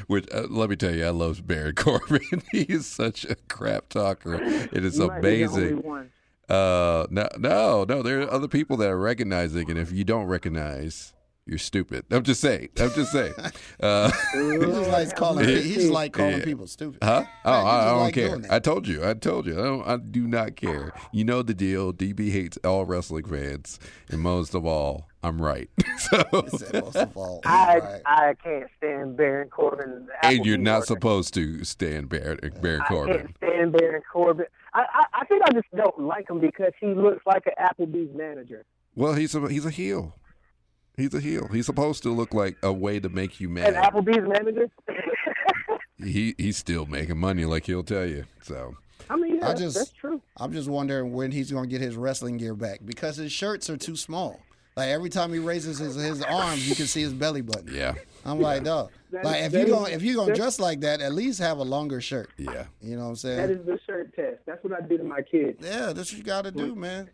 [SPEAKER 3] which uh, let me tell you, I love Baron Corbin. he is such a crap talker. It is
[SPEAKER 2] You might be the only
[SPEAKER 3] amazing.
[SPEAKER 2] one.
[SPEAKER 3] Uh, no, no, no. There are other people that are recognizing, and if you don't recognize, you're stupid. I'm just saying. I'm just saying. Uh,
[SPEAKER 1] He just likes calling he just like calling
[SPEAKER 3] Yeah.
[SPEAKER 1] people stupid.
[SPEAKER 3] Huh? Oh,
[SPEAKER 1] Like, you
[SPEAKER 3] I,
[SPEAKER 1] just
[SPEAKER 3] I don't
[SPEAKER 1] like
[SPEAKER 3] care.
[SPEAKER 1] doing that.
[SPEAKER 3] I told you. I told you. I don't. I do not care. You know the deal. DB hates all wrestling fans, and most of all, I'm right. so,
[SPEAKER 1] He said, most of all.
[SPEAKER 2] I
[SPEAKER 1] right.
[SPEAKER 2] I can't stand Baron Corbin. the
[SPEAKER 3] and you're
[SPEAKER 2] Applebee's
[SPEAKER 3] not
[SPEAKER 2] worker.
[SPEAKER 3] supposed to stand Baron, Baron
[SPEAKER 2] I
[SPEAKER 3] Corbin.
[SPEAKER 2] can't stand Baron Corbin. I, I I think I just don't like him because he looks like an Applebee's manager.
[SPEAKER 3] Well, he's a he's a heel. He's a heel. He's supposed to look like a way to make you
[SPEAKER 2] An
[SPEAKER 3] mad.
[SPEAKER 2] Applebee's manager.
[SPEAKER 3] He he's still making money, like he'll tell you. So
[SPEAKER 2] I mean, yeah,
[SPEAKER 1] I just-
[SPEAKER 2] that's true.
[SPEAKER 1] I'm just wondering when he's going to get his wrestling gear back because his shirts are too small. Like every time he raises his, his arms, you can see his belly button.
[SPEAKER 3] Yeah.
[SPEAKER 1] I'm like, dog.
[SPEAKER 2] That-
[SPEAKER 1] Like if
[SPEAKER 2] that
[SPEAKER 1] you
[SPEAKER 2] is-
[SPEAKER 1] gonna if you gonna
[SPEAKER 2] that-
[SPEAKER 1] dress like that, at least have a longer shirt.
[SPEAKER 3] Yeah.
[SPEAKER 1] You know what I'm
[SPEAKER 2] That
[SPEAKER 1] saying?
[SPEAKER 2] is the shirt test. That's what I do to my kids.
[SPEAKER 1] Yeah, that's what you gotta do, man.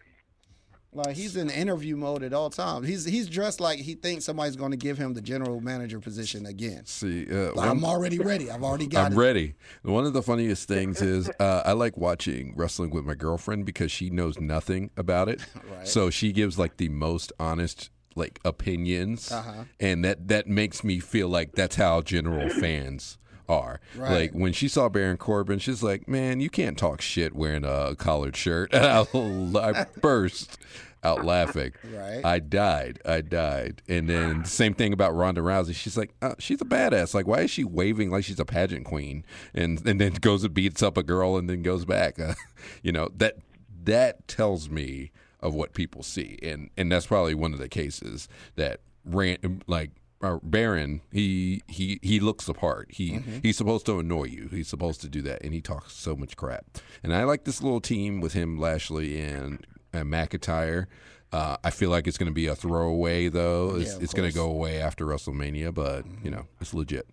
[SPEAKER 1] Like he's in interview mode at all times. He's he's dressed like he thinks somebody's gonna give him the general manager position again.
[SPEAKER 3] See, uh,
[SPEAKER 1] Like,
[SPEAKER 3] one-
[SPEAKER 1] I'm already ready. I've already got
[SPEAKER 3] I'm
[SPEAKER 1] it.
[SPEAKER 3] ready. One of the funniest things is uh, I like watching wrestling with my girlfriend because she knows nothing about it.
[SPEAKER 1] Right.
[SPEAKER 3] So she gives like the most honest like opinions,
[SPEAKER 1] Uh-huh.
[SPEAKER 3] and that that makes me feel like that's how general fans are.
[SPEAKER 1] Right.
[SPEAKER 3] Like when she saw Baron Corbin, she's like, "Man, you can't talk shit wearing a collared shirt." And I, I burst out laughing.
[SPEAKER 1] Right.
[SPEAKER 3] I died. I died. And then same thing about Ronda Rousey. She's like, uh, she's a badass. Like, why is she waving like she's a pageant queen? And and then goes and beats up a girl and then goes back. Uh, you know that that tells me of what people see, and and that's probably one of the cases that ran like. Uh, Baron, he he he looks the part. He
[SPEAKER 1] Mm-hmm.
[SPEAKER 3] he's supposed to annoy you. He's supposed to do that, and he talks so much crap. And I like this little team with him, Lashley and, and McIntyre. Uh, I feel like it's going to be a throwaway, though. It's,
[SPEAKER 1] Yeah, of
[SPEAKER 3] it's going
[SPEAKER 1] course.
[SPEAKER 3] to go away after WrestleMania, but you know it's legit.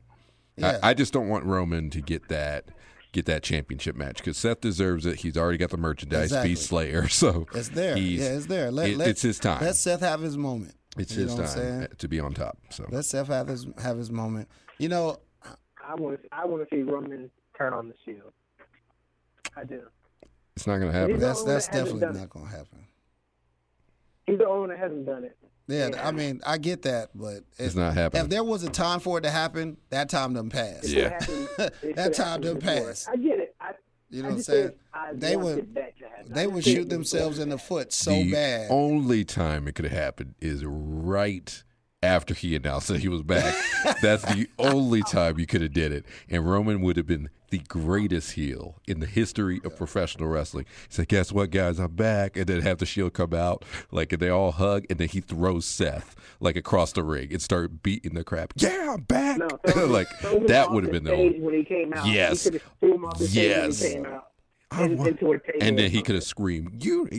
[SPEAKER 1] Yeah.
[SPEAKER 3] I, I just don't want Roman to get that get that championship match because Seth deserves it. He's already got the merchandise.
[SPEAKER 1] Exactly.
[SPEAKER 3] Be Slayer, so
[SPEAKER 1] It's there.
[SPEAKER 3] he's-
[SPEAKER 1] yeah, it's there. Let,
[SPEAKER 3] it-
[SPEAKER 1] let,
[SPEAKER 3] it's his time.
[SPEAKER 1] Let Seth have his moment.
[SPEAKER 3] It's
[SPEAKER 1] You
[SPEAKER 3] his
[SPEAKER 1] know what I'm
[SPEAKER 3] time
[SPEAKER 1] saying?
[SPEAKER 3] uh, to be on top. So
[SPEAKER 1] Let Seth have his have his moment. You know,
[SPEAKER 2] I want to. I want to see Roman turn on the Shield. I do.
[SPEAKER 3] it's not going to happen.
[SPEAKER 2] He's the
[SPEAKER 1] that's
[SPEAKER 2] only one
[SPEAKER 1] that's
[SPEAKER 2] that hasn't
[SPEAKER 1] definitely
[SPEAKER 2] done it.
[SPEAKER 1] not gonna happen.
[SPEAKER 2] He's the only one that hasn't done it.
[SPEAKER 1] Yeah, I mean, I get that, but
[SPEAKER 3] It's
[SPEAKER 1] if,
[SPEAKER 3] not
[SPEAKER 1] if
[SPEAKER 3] happening.
[SPEAKER 1] there was a time for it to happen, that time done passed.
[SPEAKER 3] Yeah.
[SPEAKER 2] It should've happened- it
[SPEAKER 1] That
[SPEAKER 2] should've
[SPEAKER 1] time
[SPEAKER 2] happened
[SPEAKER 1] done
[SPEAKER 2] before.
[SPEAKER 1] passed.
[SPEAKER 2] I get it. I,
[SPEAKER 1] You know
[SPEAKER 2] I
[SPEAKER 1] what I'm
[SPEAKER 2] just
[SPEAKER 1] saying?
[SPEAKER 2] think I
[SPEAKER 1] They
[SPEAKER 2] wanted
[SPEAKER 1] would-
[SPEAKER 2] that to happen. I
[SPEAKER 1] They
[SPEAKER 2] just
[SPEAKER 1] would
[SPEAKER 2] think
[SPEAKER 1] shoot
[SPEAKER 2] it was
[SPEAKER 1] themselves in the foot so
[SPEAKER 3] the
[SPEAKER 1] bad.
[SPEAKER 3] only time it could have happened is right after he announced that he was back. That's the only time you could have did it, and Roman would have been the greatest heel in the history of professional wrestling. He said, "Guess what, guys? I'm back," and then have the Shield come out, like and they all hug, and then he throws Seth like across the ring and start beating the crap. Yeah, I'm back.
[SPEAKER 2] No, throw him-
[SPEAKER 3] like
[SPEAKER 2] throw him
[SPEAKER 3] that
[SPEAKER 2] off
[SPEAKER 3] would have
[SPEAKER 2] the
[SPEAKER 3] been the
[SPEAKER 2] stage
[SPEAKER 3] only.
[SPEAKER 2] when he came out.
[SPEAKER 3] Yes.
[SPEAKER 2] He could have threw him off the
[SPEAKER 3] Yes.
[SPEAKER 2] stage when he came out.
[SPEAKER 3] I
[SPEAKER 2] And,
[SPEAKER 3] want-
[SPEAKER 2] into a table
[SPEAKER 3] and
[SPEAKER 2] or
[SPEAKER 3] then he could
[SPEAKER 2] something.
[SPEAKER 3] have screamed, "You,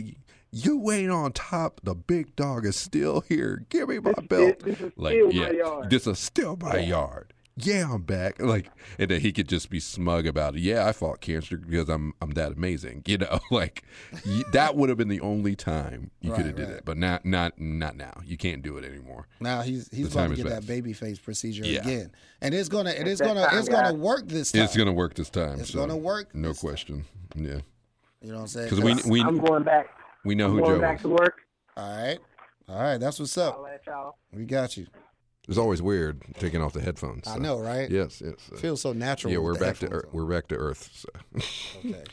[SPEAKER 3] you ain't on top. The big dog is still here. Give me my belt."
[SPEAKER 2] this is
[SPEAKER 3] like,
[SPEAKER 2] still my
[SPEAKER 3] yeah,
[SPEAKER 2] yard.
[SPEAKER 3] this is still my yard. Yeah, I'm back. Like, and then he could just be smug about it. Yeah, I fought cancer because I'm I'm that amazing. You know, like y- that would have been the only time you could
[SPEAKER 1] Right,
[SPEAKER 3] have did
[SPEAKER 1] right.
[SPEAKER 3] it, but not not not now. You can't do it anymore.
[SPEAKER 1] Now he's he's about
[SPEAKER 3] The time
[SPEAKER 1] to
[SPEAKER 3] is
[SPEAKER 1] get that
[SPEAKER 3] bad.
[SPEAKER 1] baby face procedure
[SPEAKER 3] Yeah.
[SPEAKER 1] again, and it's gonna it is
[SPEAKER 2] that
[SPEAKER 1] gonna
[SPEAKER 2] time,
[SPEAKER 1] it's gonna
[SPEAKER 2] guys.
[SPEAKER 1] work this time.
[SPEAKER 3] It's gonna work this time.
[SPEAKER 1] It's
[SPEAKER 3] so,
[SPEAKER 1] gonna work
[SPEAKER 3] No
[SPEAKER 1] this time.
[SPEAKER 3] question. Yeah,
[SPEAKER 1] You know what I'm saying?
[SPEAKER 3] because we we
[SPEAKER 2] I'm going back.
[SPEAKER 3] we know
[SPEAKER 2] I'm
[SPEAKER 3] who
[SPEAKER 2] going
[SPEAKER 3] Joe
[SPEAKER 2] back
[SPEAKER 3] is.
[SPEAKER 2] to work.
[SPEAKER 1] all right, all right. That's what's up.
[SPEAKER 2] I'll let y'all.
[SPEAKER 1] We got you.
[SPEAKER 3] It's always weird taking off the headphones.
[SPEAKER 1] I
[SPEAKER 3] so.
[SPEAKER 1] know, right?
[SPEAKER 3] Yes, yes. uh,
[SPEAKER 1] Feels so natural.
[SPEAKER 3] yeah,
[SPEAKER 1] with
[SPEAKER 3] we're
[SPEAKER 1] the
[SPEAKER 3] back to er,
[SPEAKER 1] headphones
[SPEAKER 3] earth, we're back to earth. So.
[SPEAKER 1] on. Okay.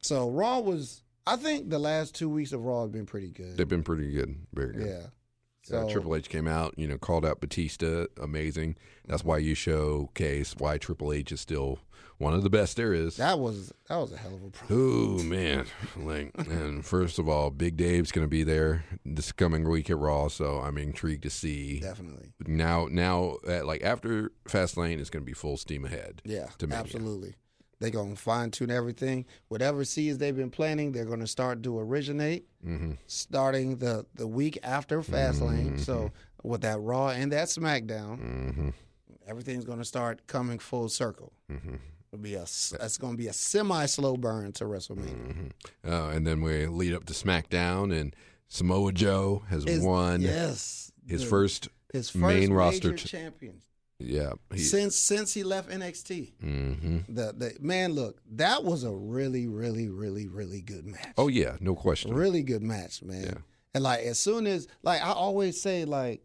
[SPEAKER 1] So Raw was. I think the last two weeks of Raw have been pretty good.
[SPEAKER 3] They've been pretty good, very good.
[SPEAKER 1] yeah.
[SPEAKER 3] Uh,
[SPEAKER 1] So
[SPEAKER 3] Triple H came out, you know, called out Batista, amazing. That's why you showcase why Triple H is still one of the best there is.
[SPEAKER 1] that was that was a hell of a pro.
[SPEAKER 3] Oh man! Like, and first of all, Big Dave's going to be there this coming week at Raw, so I'm intrigued to see.
[SPEAKER 1] Definitely.
[SPEAKER 3] Now, now, uh, like after Fastlane, it's going to be full steam ahead.
[SPEAKER 1] Yeah.
[SPEAKER 3] to Mania.
[SPEAKER 1] Absolutely. They're gonna fine tune everything. Whatever seeds they've been planting, they're gonna start to originate.
[SPEAKER 3] hmm
[SPEAKER 1] starting the the week after
[SPEAKER 3] Mm-hmm.
[SPEAKER 1] Fastlane. So with that Raw and that SmackDown,
[SPEAKER 3] hmm
[SPEAKER 1] everything's going to start coming full circle.
[SPEAKER 3] hmm
[SPEAKER 1] It'll be a s- it's going to be a semi slow burn to WrestleMania.
[SPEAKER 3] Uh, and then we lead up to SmackDown, and Samoa Joe has
[SPEAKER 1] Is-
[SPEAKER 3] won
[SPEAKER 1] Yes,
[SPEAKER 3] Mm-hmm. his
[SPEAKER 1] the-
[SPEAKER 3] first.
[SPEAKER 1] his first
[SPEAKER 3] main
[SPEAKER 1] major
[SPEAKER 3] roster ch-
[SPEAKER 1] champion
[SPEAKER 3] Yeah, he,
[SPEAKER 1] since since he left NXT.
[SPEAKER 3] hmm
[SPEAKER 1] The the man, look, that was a really really really really good match.
[SPEAKER 3] Oh yeah, no question.
[SPEAKER 1] really good match, man.
[SPEAKER 3] Yeah.
[SPEAKER 1] And like as soon as like I always say like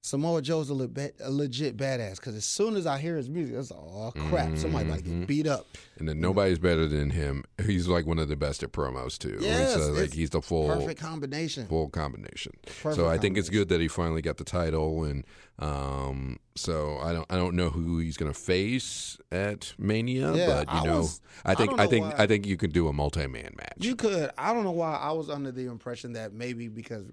[SPEAKER 1] Samoa Joe's a, le- a legit badass because as soon as I hear his music, it's oh crap, somebody about to
[SPEAKER 3] Mm-hmm.
[SPEAKER 1] get beat up.
[SPEAKER 3] And then nobody's better than him. He's like one of the best at promos too.
[SPEAKER 1] Yes,
[SPEAKER 3] so, like
[SPEAKER 1] it's
[SPEAKER 3] he's the full
[SPEAKER 1] Perfect combination.
[SPEAKER 3] full combination.
[SPEAKER 1] Perfect
[SPEAKER 3] Oh. so I think it's good that he finally got the title, and um, so I don't I don't know who he's gonna face at Mania,
[SPEAKER 1] Yeah,
[SPEAKER 3] but you
[SPEAKER 1] I
[SPEAKER 3] know
[SPEAKER 1] was- I
[SPEAKER 3] I think
[SPEAKER 1] don't
[SPEAKER 3] I,
[SPEAKER 1] know
[SPEAKER 3] think
[SPEAKER 1] why-
[SPEAKER 3] I think you can do a multi man match.
[SPEAKER 1] You could. I don't know why I was under the impression that maybe because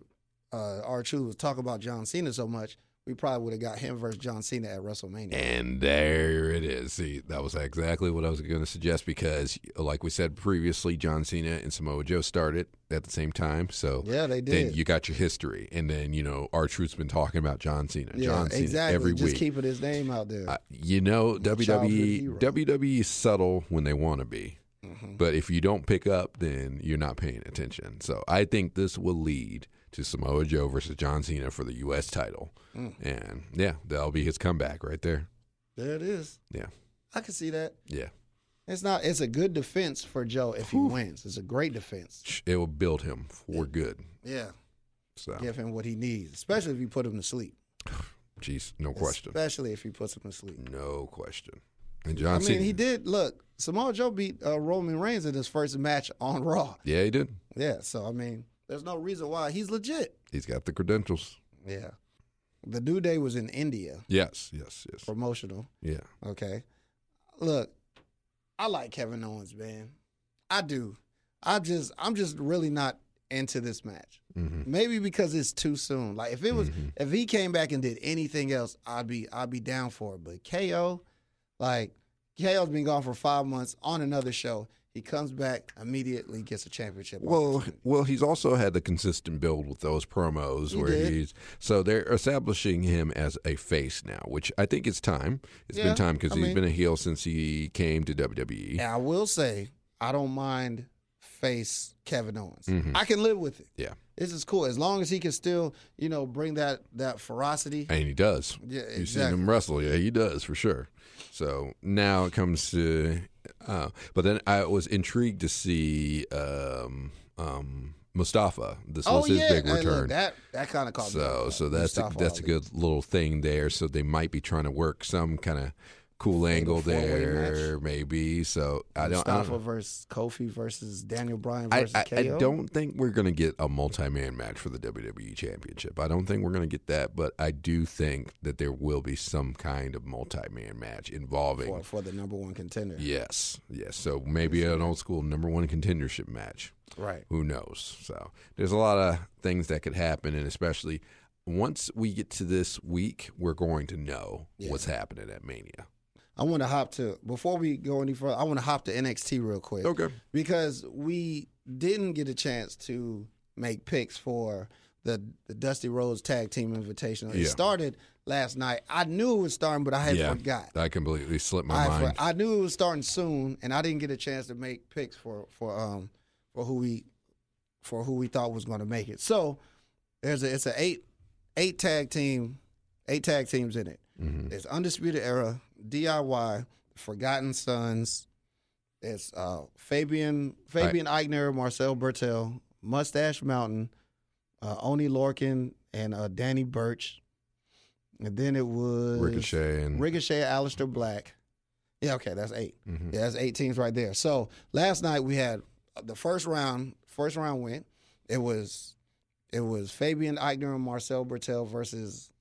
[SPEAKER 1] uh, R Truth was talking about John Cena so much, we probably would have got him versus John Cena at WrestleMania.
[SPEAKER 3] And there it is. See, that was exactly what I was going to suggest because, like we said previously, John Cena and Samoa Joe started at the same time. So
[SPEAKER 1] Yeah, they
[SPEAKER 3] then
[SPEAKER 1] did.
[SPEAKER 3] you got your history, and then you know our truth's been talking about John Cena,
[SPEAKER 1] yeah,
[SPEAKER 3] John Cena
[SPEAKER 1] exactly.
[SPEAKER 3] every
[SPEAKER 1] Just
[SPEAKER 3] week.
[SPEAKER 1] keeping his name out there.
[SPEAKER 3] Uh, you know, E
[SPEAKER 1] childhood
[SPEAKER 3] WWE
[SPEAKER 1] hero.
[SPEAKER 3] WWE is subtle when they want to be,
[SPEAKER 1] Mhm.
[SPEAKER 3] but if you don't pick up, then you're not paying attention. So I think this will lead to Samoa Joe versus John Cena for the U.S. title,
[SPEAKER 1] Mm.
[SPEAKER 3] and yeah, that'll be his comeback right there.
[SPEAKER 1] There it is.
[SPEAKER 3] Yeah.
[SPEAKER 1] I can see that.
[SPEAKER 3] Yeah.
[SPEAKER 1] It's not. It's a good defense for Joe if he wins. It's a great defense.
[SPEAKER 3] it will build him for good.
[SPEAKER 1] Yeah,
[SPEAKER 3] So,
[SPEAKER 1] give him what he needs, especially if you put him to sleep.
[SPEAKER 3] jeez, no question,
[SPEAKER 1] Especially if he puts him to sleep.
[SPEAKER 3] no question. And John
[SPEAKER 1] I mean,
[SPEAKER 3] Cena,
[SPEAKER 1] he did. Look, Samoa Joe beat uh, Roman Reigns in his first match on Raw.
[SPEAKER 3] yeah, he did.
[SPEAKER 1] Yeah, so I mean, there's no reason why he's legit.
[SPEAKER 3] He's got the credentials.
[SPEAKER 1] Yeah, the New Day was in India
[SPEAKER 3] Yes, yes, yes.
[SPEAKER 1] promotional.
[SPEAKER 3] Yeah,
[SPEAKER 1] Okay, look, I like Kevin Owens, man. I do. I just, I'm just really not into this match.
[SPEAKER 3] hmm
[SPEAKER 1] Maybe because it's too soon. Like if it was,
[SPEAKER 3] Mhm.
[SPEAKER 1] if he came back and did anything else, I'd be, I'd be down for it. But KO, like KO's been gone for five months on another show. He comes back immediately, gets a championship.
[SPEAKER 3] Well,
[SPEAKER 1] opportunity.
[SPEAKER 3] well, he's also had the consistent build with those promos
[SPEAKER 1] He
[SPEAKER 3] where
[SPEAKER 1] did.
[SPEAKER 3] he's so they're establishing him as a face now, which I think it's time. It's
[SPEAKER 1] Yeah,
[SPEAKER 3] been time because
[SPEAKER 1] I
[SPEAKER 3] he's
[SPEAKER 1] mean-
[SPEAKER 3] been a heel since he came to E. WWE.
[SPEAKER 1] And I will say, I don't mind face Kevin Owens.
[SPEAKER 3] Mhm.
[SPEAKER 1] I can live with it.
[SPEAKER 3] Yeah.
[SPEAKER 1] This is cool. As long as he can still, you know, bring that that ferocity.
[SPEAKER 3] And he does.
[SPEAKER 1] Yeah,
[SPEAKER 3] You've seen
[SPEAKER 1] exactly.
[SPEAKER 3] him wrestle. Yeah, he does for sure. So now it comes to, uh, but then I was intrigued to see um, um, Mustafa. This was his big
[SPEAKER 1] Hey, Oh, look,
[SPEAKER 3] return.
[SPEAKER 1] that that kind of caught me.
[SPEAKER 3] so
[SPEAKER 1] off.
[SPEAKER 3] so that's a,
[SPEAKER 1] Mustafa
[SPEAKER 3] that's a
[SPEAKER 1] Ali.
[SPEAKER 3] good little thing there. So they might be trying to work some kind of cool angle
[SPEAKER 1] four-way
[SPEAKER 3] there, maybe. So I don't. I
[SPEAKER 1] Mustafa
[SPEAKER 3] don't
[SPEAKER 1] versus Kofi versus Daniel Bryan
[SPEAKER 3] I,
[SPEAKER 1] versus
[SPEAKER 3] I, I
[SPEAKER 1] KO.
[SPEAKER 3] don't think we're going to get a multi-man match for the WWE Championship. I don't think we're going to get that, but I do think that there will be some kind of multi-man match involving
[SPEAKER 1] for, for the number one contender.
[SPEAKER 3] Yes, yes. So maybe an old school number one contendership match.
[SPEAKER 1] Right.
[SPEAKER 3] Who knows? So there's a lot of things that could happen, and especially once we get to this week, we're going to know
[SPEAKER 1] Yeah.
[SPEAKER 3] what's happening at Mania.
[SPEAKER 1] I want to hop to before we go any further. I want to hop to NXT real quick.
[SPEAKER 3] Okay.
[SPEAKER 1] because we didn't get a chance to make picks for the, the Dusty Rhodes Tag Team Invitational. It
[SPEAKER 3] Yeah.
[SPEAKER 1] started last night. I knew it was starting, but I had
[SPEAKER 3] Yeah.
[SPEAKER 1] forgot.
[SPEAKER 3] I completely slipped my
[SPEAKER 1] I, had for-
[SPEAKER 3] mind.
[SPEAKER 1] I knew it was starting soon, and I didn't get a chance to make picks for for um for who we for who we thought was going to make it. So there's a it's a eight eight tag team eight tag teams in it.
[SPEAKER 3] Mhm.
[SPEAKER 1] It's Undisputed Era, DIY, Forgotten Sons. It's uh, Fabian Fabian Eichner, Marcel Bertel, Mustache Mountain, uh, Oni Lorkin, and uh, Danny Birch. And then it was
[SPEAKER 3] Ricochet and
[SPEAKER 1] Ricochet, Aleister Black. Yeah, okay, that's eight.
[SPEAKER 3] Mhm.
[SPEAKER 1] Yeah, that's eight teams right there. So last night we had uh, the first round. First round went. It was it was Fabian Eichner and Marcel Bertel versus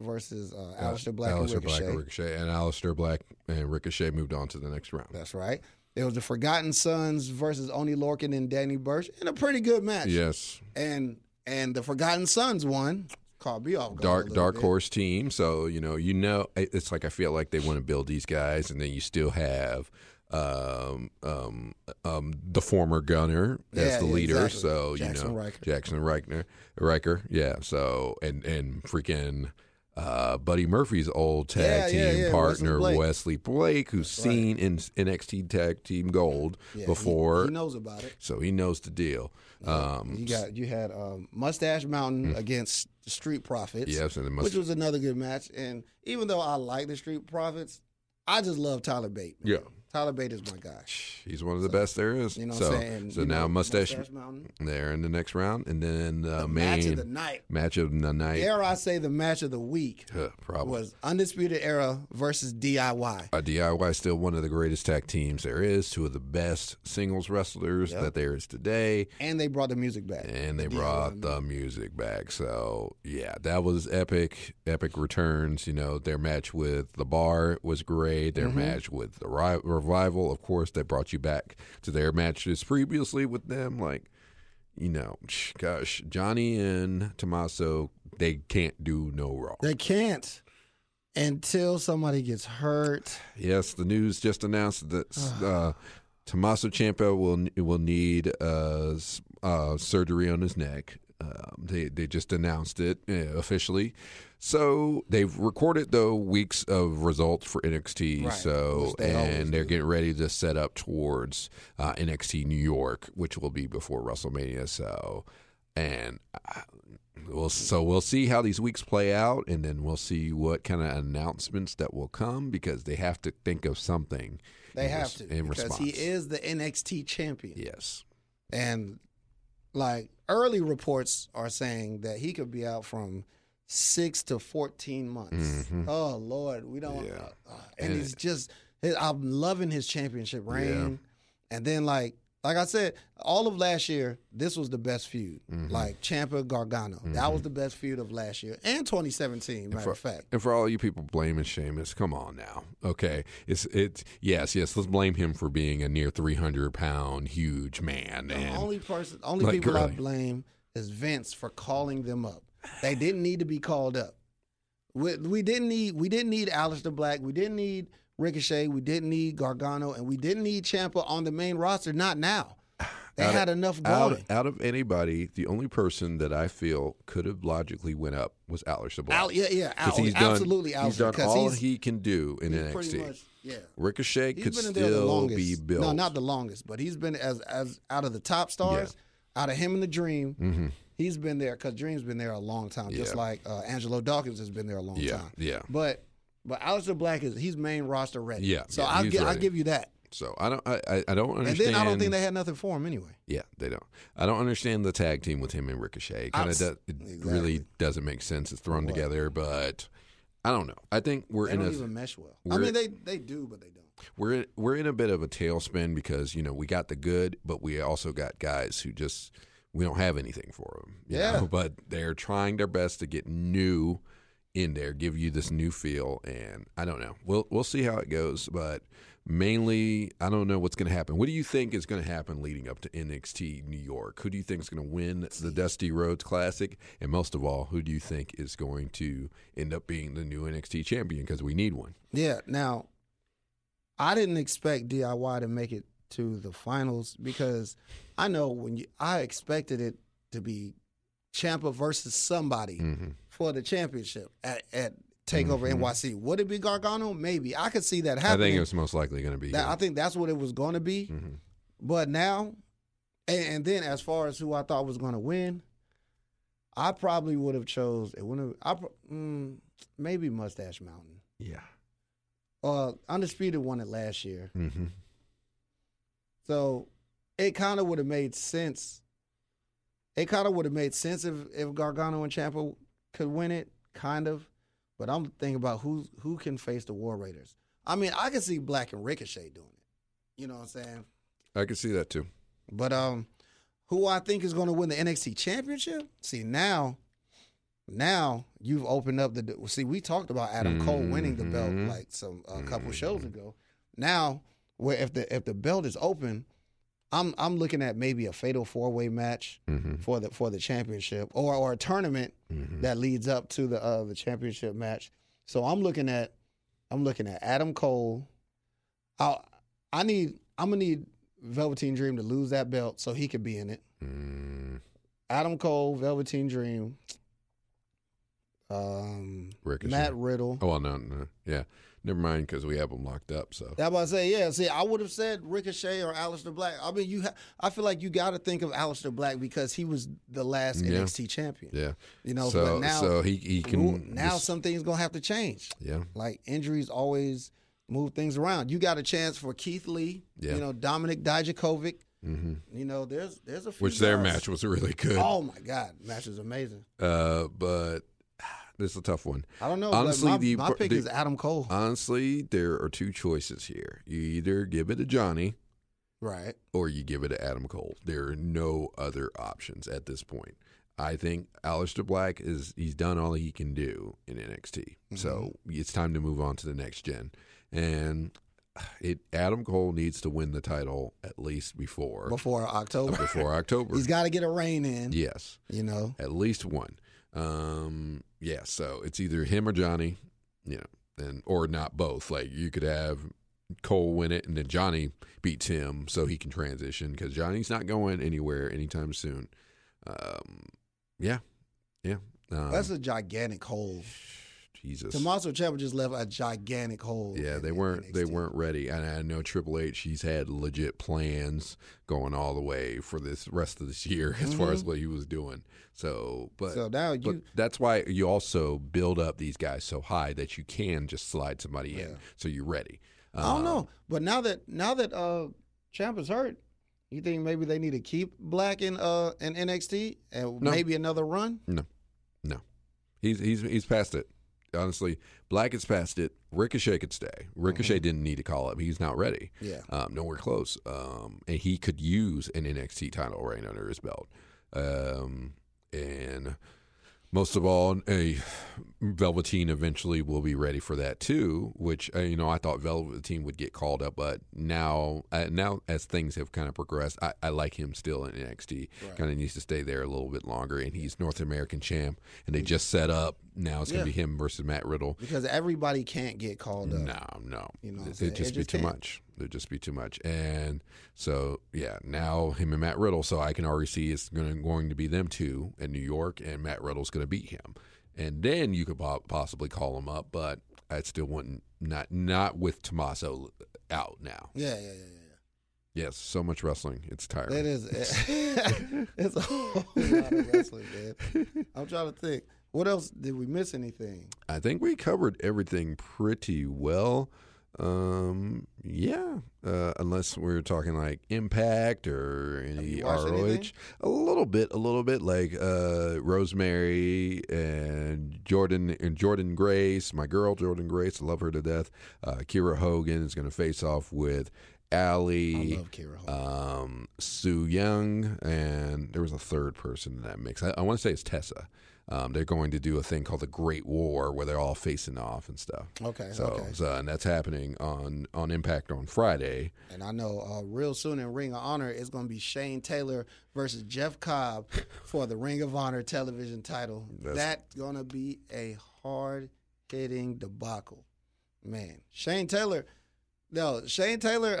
[SPEAKER 1] versus uh, Aleister Black
[SPEAKER 3] Aleister
[SPEAKER 1] and Ricochet.
[SPEAKER 3] Black and Ricochet, and Aleister Black and Ricochet moved on to the next round.
[SPEAKER 1] That's right. It was the Forgotten Sons versus Oni Lorkin and Danny Burch in a pretty good match.
[SPEAKER 3] Yes,
[SPEAKER 1] And and the Forgotten Sons won. Caught me off guard. a
[SPEAKER 3] dark
[SPEAKER 1] little
[SPEAKER 3] dark
[SPEAKER 1] bit.
[SPEAKER 3] horse team. So you know, you know, it- it's like I feel like they want to build these guys, and then you still have um um um the former gunner
[SPEAKER 1] Yeah,
[SPEAKER 3] as the
[SPEAKER 1] yeah,
[SPEAKER 3] leader.
[SPEAKER 1] exactly.
[SPEAKER 3] So
[SPEAKER 1] Jackson
[SPEAKER 3] you know,
[SPEAKER 1] Riker.
[SPEAKER 3] Jackson Reichner, Riker, yeah. So and and freaking. Uh, Buddy Murphy's old tag
[SPEAKER 1] Yeah, yeah,
[SPEAKER 3] team
[SPEAKER 1] yeah,
[SPEAKER 3] partner
[SPEAKER 1] Wesley Blake.
[SPEAKER 3] Wesley Blake, who's
[SPEAKER 1] That's right.
[SPEAKER 3] seen in NXT Tag Team Gold
[SPEAKER 1] Yeah, he-
[SPEAKER 3] before,
[SPEAKER 1] he, knows about it.
[SPEAKER 3] so he knows the deal. Um, Mm.
[SPEAKER 1] You got you had um, Mustache Mountain against Street Profits.
[SPEAKER 3] yes, and it
[SPEAKER 1] which
[SPEAKER 3] must,
[SPEAKER 1] was another good match. And even though I like the Street Profits, I just love Tyler Bate.
[SPEAKER 3] yeah,
[SPEAKER 1] Tyler Bate is my guy.
[SPEAKER 3] he's one of the best there is.
[SPEAKER 1] You know what
[SPEAKER 3] so,
[SPEAKER 1] I'm saying?
[SPEAKER 3] so
[SPEAKER 1] You
[SPEAKER 3] now
[SPEAKER 1] know,
[SPEAKER 3] mustache,
[SPEAKER 1] Mountain.
[SPEAKER 3] there in the next round, and then the,
[SPEAKER 1] The
[SPEAKER 3] main
[SPEAKER 1] match of the night.
[SPEAKER 3] night.
[SPEAKER 1] Dare I say the match of the week
[SPEAKER 3] Huh, probably
[SPEAKER 1] was Undisputed Era versus DIY.
[SPEAKER 3] Uh, DIY is still one of the greatest tag teams there is. Two of the best singles wrestlers
[SPEAKER 1] Yep.
[SPEAKER 3] that there is today,
[SPEAKER 1] And they brought the music back.
[SPEAKER 3] and they
[SPEAKER 1] The DIY
[SPEAKER 3] brought
[SPEAKER 1] music.
[SPEAKER 3] the music back. So yeah, that was epic. Epic returns. You know, their match with the Bar was great. Their
[SPEAKER 1] Mhm.
[SPEAKER 3] match with the Ri- Revival, of course, that brought you back to their matches previously with them. Like you know, gosh, Johnny and Tommaso, they can't do no wrong.
[SPEAKER 1] They can't until somebody gets hurt.
[SPEAKER 3] Yes, the news just announced that uh, Tommaso Ciampa will will need uh, s- uh, surgery on his neck. Um, they they just announced it uh, officially. So they've recorded though weeks of results for NXT.
[SPEAKER 1] Right,
[SPEAKER 3] So
[SPEAKER 1] which they always
[SPEAKER 3] and they're
[SPEAKER 1] do.
[SPEAKER 3] getting ready to set up towards uh, NXT New York, which will be before WrestleMania. So and uh, we'll so we'll see how these weeks play out, and then we'll see what kind of announcements that will come because they have to think of something.
[SPEAKER 1] They
[SPEAKER 3] in
[SPEAKER 1] have
[SPEAKER 3] res-
[SPEAKER 1] to
[SPEAKER 3] in
[SPEAKER 1] because he
[SPEAKER 3] response.
[SPEAKER 1] is the NXT champion.
[SPEAKER 3] Yes.
[SPEAKER 1] And like early reports are saying that he could be out from six to fourteen months.
[SPEAKER 3] Mhm.
[SPEAKER 1] Oh Lord, we don't.
[SPEAKER 3] Yeah.
[SPEAKER 1] uh, and
[SPEAKER 3] And
[SPEAKER 1] he's just. his- I'm loving his championship reign. And then like like I said, all of last year, this was the best feud.
[SPEAKER 3] Mm-hmm.
[SPEAKER 1] Like Champa Gargano, that was the best feud of last year and 2017. Matter of fact,
[SPEAKER 3] And for all you people blaming Sheamus, come on now. Okay. It's it's yes, yes, let's blame him for being a near three hundred pound huge man.
[SPEAKER 1] The
[SPEAKER 3] And
[SPEAKER 1] only person, only
[SPEAKER 3] Like,
[SPEAKER 1] people I
[SPEAKER 3] really.
[SPEAKER 1] blame is Vince for calling them up. They didn't need to be called up. We, we didn't need we didn't need Aleister Black. We didn't need Ricochet. We didn't need Gargano, and we didn't need Champa on the main roster. Not now. They
[SPEAKER 3] Out of-
[SPEAKER 1] had enough
[SPEAKER 3] out,
[SPEAKER 1] going.
[SPEAKER 3] out of anybody, the only person that I feel could have logically went up was Aleister Black.
[SPEAKER 1] Out, yeah, yeah, out,
[SPEAKER 3] 'Cause he's done-
[SPEAKER 1] absolutely out.
[SPEAKER 3] He's done
[SPEAKER 1] because
[SPEAKER 3] all
[SPEAKER 1] he's,
[SPEAKER 3] he can do in
[SPEAKER 1] he's pretty
[SPEAKER 3] NXT.
[SPEAKER 1] much yeah.
[SPEAKER 3] Ricochet
[SPEAKER 1] He's
[SPEAKER 3] could
[SPEAKER 1] been in there the
[SPEAKER 3] still
[SPEAKER 1] longest.
[SPEAKER 3] be built.
[SPEAKER 1] No, not the longest, but he's been as as out of the top stars, out of him and the Dream.
[SPEAKER 3] hmm
[SPEAKER 1] he's been there because Dream's been there a long time, just
[SPEAKER 3] Yeah.
[SPEAKER 1] like uh, Angelo Dawkins has been there a long
[SPEAKER 3] Yeah,
[SPEAKER 1] time.
[SPEAKER 3] yeah.
[SPEAKER 1] But but Alistair Black is he's main roster ready.
[SPEAKER 3] Yeah,
[SPEAKER 1] so
[SPEAKER 3] yeah,
[SPEAKER 1] I'll
[SPEAKER 3] he's
[SPEAKER 1] give I
[SPEAKER 3] ready.
[SPEAKER 1] give you that.
[SPEAKER 3] So I don't, I, I- I don't understand.
[SPEAKER 1] And then I don't think they had nothing for him anyway.
[SPEAKER 3] Yeah, they don't. I don't understand the tag team with him and Ricochet. It kind
[SPEAKER 1] Abs-
[SPEAKER 3] of does. It really doesn't make sense. It's thrown
[SPEAKER 1] Right.
[SPEAKER 3] together, but I don't know. I think we're
[SPEAKER 1] They
[SPEAKER 3] in a
[SPEAKER 1] don't even mesh well. I
[SPEAKER 3] we're-
[SPEAKER 1] mean, they they do, but they don't.
[SPEAKER 3] we're in, we're in a bit of a tailspin because you know we got the good, but we also got guys who just we don't have anything for them. you
[SPEAKER 1] Yeah.
[SPEAKER 3] know? but they're trying their best to get new in there, give you this new feel, and I don't know. We'll we'll see how it goes, but mainly I don't know what's going to happen. What do you think is going to happen leading up to NXT New York? Who do you think is going to win the Dusty Rhodes Classic, and most of all, who do you think is going to end up being the new NXT champion? Because we need one.
[SPEAKER 1] Yeah. Now, I didn't expect DIY to make it to the finals because I know when you, I expected it to be Champa versus somebody.
[SPEAKER 3] Mm-hmm.
[SPEAKER 1] for the championship at, at Takeover NYC. Would it be Gargano? Maybe I could see that
[SPEAKER 3] I
[SPEAKER 1] happening.
[SPEAKER 3] think it's most likely going to be. Mm-hmm.
[SPEAKER 1] That-
[SPEAKER 3] him.
[SPEAKER 1] I think that's what it was going to be.
[SPEAKER 3] Mm.
[SPEAKER 1] But now, and, and then as far as who I thought was going to win, I probably would have chose it. Wouldn't have- I? pro- Mm, maybe Mustache Mountain.
[SPEAKER 3] Yeah.
[SPEAKER 1] Uh, Undisputed won it last year,
[SPEAKER 3] Mm-hmm.
[SPEAKER 1] so it kind of would have made sense. It kind of would have made sense if if Gargano and Champa could win it, kind of. But I'm thinking about who who can face the War Raiders. I mean, I can see Black and Ricochet doing it. You know what I'm saying?
[SPEAKER 3] I could see that too.
[SPEAKER 1] But um, who I think is going to win the NXT Championship? See now, now you've opened up the. See, we talked about Adam Cole winning the belt
[SPEAKER 3] Mhm.
[SPEAKER 1] like some a couple shows ago. Now, where if the if the belt is open, I'm I'm looking at maybe a fatal four way match
[SPEAKER 3] Mm-hmm.
[SPEAKER 1] for the for the championship or or a tournament that leads up to the uh, the championship match. So I'm looking at I'm looking at Adam Cole. I I need I'm gonna need Velveteen Dream to lose that belt so he could be in it.
[SPEAKER 3] Mm,
[SPEAKER 1] Adam Cole, Velveteen Dream, um,
[SPEAKER 3] Ricochet.
[SPEAKER 1] Matt Riddle.
[SPEAKER 3] oh well, no, no, yeah. Never mind, because we have them locked up. So
[SPEAKER 1] That's what I say. Yeah, see, I would have said Ricochet or Aleister Black. I mean, you. Ha- I feel like you got to think of Aleister Black because he was the last
[SPEAKER 3] Yeah.
[SPEAKER 1] NXT champion.
[SPEAKER 3] yeah.
[SPEAKER 1] You know,
[SPEAKER 3] so
[SPEAKER 1] but now
[SPEAKER 3] so he he can
[SPEAKER 1] now
[SPEAKER 3] just-
[SPEAKER 1] something's gonna have to change.
[SPEAKER 3] yeah
[SPEAKER 1] Like injuries always move things around. You got a chance for Keith Lee,
[SPEAKER 3] Yeah.
[SPEAKER 1] you know, Dominic Dijakovic.
[SPEAKER 3] hmm
[SPEAKER 1] You know, there's there's a few
[SPEAKER 3] which their
[SPEAKER 1] guys.
[SPEAKER 3] match was really good.
[SPEAKER 1] Oh my God, match is amazing.
[SPEAKER 3] Uh, but this is a tough one.
[SPEAKER 1] I don't know.
[SPEAKER 3] Honestly,
[SPEAKER 1] like, my,
[SPEAKER 3] the-
[SPEAKER 1] my pick
[SPEAKER 3] the-
[SPEAKER 1] is Adam Cole.
[SPEAKER 3] Honestly, there are two choices here. You either give it to Johnny
[SPEAKER 1] right.
[SPEAKER 3] or you give it to Adam Cole. There are no other options at this point. I think Aleister Black is he's done all he can do in NXT. So it's time to move on to the next gen. And it Adam Cole needs to win the title at least before
[SPEAKER 1] Before October.
[SPEAKER 3] before October.
[SPEAKER 1] He's gotta get a rain in.
[SPEAKER 3] yes.
[SPEAKER 1] You know.
[SPEAKER 3] At least one. Um, yeah, so it's either him or Johnny, you know, and or not both. Like you could have Cole win it, and then Johnny beats him so he can transition because Johnny's not going anywhere anytime soon. Um, yeah, yeah. Um,
[SPEAKER 1] That's a gigantic hole.
[SPEAKER 3] Jesus.
[SPEAKER 1] Tommaso Ciampa just left a gigantic hole.
[SPEAKER 3] Yeah,
[SPEAKER 1] in-
[SPEAKER 3] they
[SPEAKER 1] in
[SPEAKER 3] weren't they
[SPEAKER 1] NXT.
[SPEAKER 3] weren't ready, and I know Triple H. He's had legit plans going all the way for this rest of this year, as far as what he was doing. So, but
[SPEAKER 1] Mm-hmm. so now
[SPEAKER 3] but
[SPEAKER 1] you
[SPEAKER 3] that's why you also build up these guys so high that you can just slide somebody in,
[SPEAKER 1] Yeah.
[SPEAKER 3] so you're ready.
[SPEAKER 1] I don't
[SPEAKER 3] Um,
[SPEAKER 1] know. But now that now that uh Champa's hurt, you think maybe they need to keep Black in uh in NXT and
[SPEAKER 3] No.
[SPEAKER 1] maybe another run?
[SPEAKER 3] He's he's he's past it. Honestly, Black is past it. Ricochet could stay. Ricochet
[SPEAKER 1] Mm-hmm.
[SPEAKER 3] didn't need to call up. He's not ready.
[SPEAKER 1] Yeah.
[SPEAKER 3] um, nowhere close. Um, and he could use an NXT title reign under his belt. Um, and most of all, a Velveteen eventually will be ready for that too. Which uh, you know, I thought Velveteen would get called up, but now, uh, now as things have kind of progressed, I, I like him still in NXT. Kind of needs to stay there a little bit longer, and he's North American champ. And they just set up now it's gonna
[SPEAKER 1] Mm-hmm. Yeah.
[SPEAKER 3] be him versus Matt Riddle.
[SPEAKER 1] Because everybody can't get called up.
[SPEAKER 3] No, no.
[SPEAKER 1] You know what I'm
[SPEAKER 3] it'd
[SPEAKER 1] saying?
[SPEAKER 3] just
[SPEAKER 1] It
[SPEAKER 3] be
[SPEAKER 1] just
[SPEAKER 3] too
[SPEAKER 1] can't.
[SPEAKER 3] much. It'd just be too much. And so, yeah, now him and Matt Riddle. So I can already see it's gonna, going to be them two in New York, and Matt Riddle's going to beat him. And then you could po- possibly call him up, but I still wouldn't, not, not with Tommaso out now.
[SPEAKER 1] Yeah, yeah, yeah, yeah.
[SPEAKER 3] Yes, so much wrestling. It's tiring.
[SPEAKER 1] That is, it's a whole lot of wrestling, man. I'm trying to think. What else did we miss? Anything?
[SPEAKER 3] I think we covered everything pretty well. Um, yeah, uh, unless we're talking like Impact or any
[SPEAKER 1] you watched
[SPEAKER 3] ROH,
[SPEAKER 1] anything?
[SPEAKER 3] a little bit, a little bit like uh, Rosemary and Jordan and Jordan Grace, my girl Jordan Grace, I love her to death. Uh, Kira Hogan is going to face off with Allie
[SPEAKER 1] I love Kira Hogan.
[SPEAKER 3] um, Sue Young, and there was a third person in that mix. I, I want to say it's Tessa. Um, they're going to do a thing called the Great War, where they're all facing off and stuff.
[SPEAKER 1] okay,
[SPEAKER 3] So,
[SPEAKER 1] okay.
[SPEAKER 3] so and that's happening on on Impact on Friday.
[SPEAKER 1] And I know uh, real soon in Ring of Honor, it's going to be Shane Taylor versus Jeff Cobb for the Ring of Honor television title.
[SPEAKER 3] That's-
[SPEAKER 1] That's, going to be a hard hitting debacle. Man, Shane Taylor, no, Shane Taylor,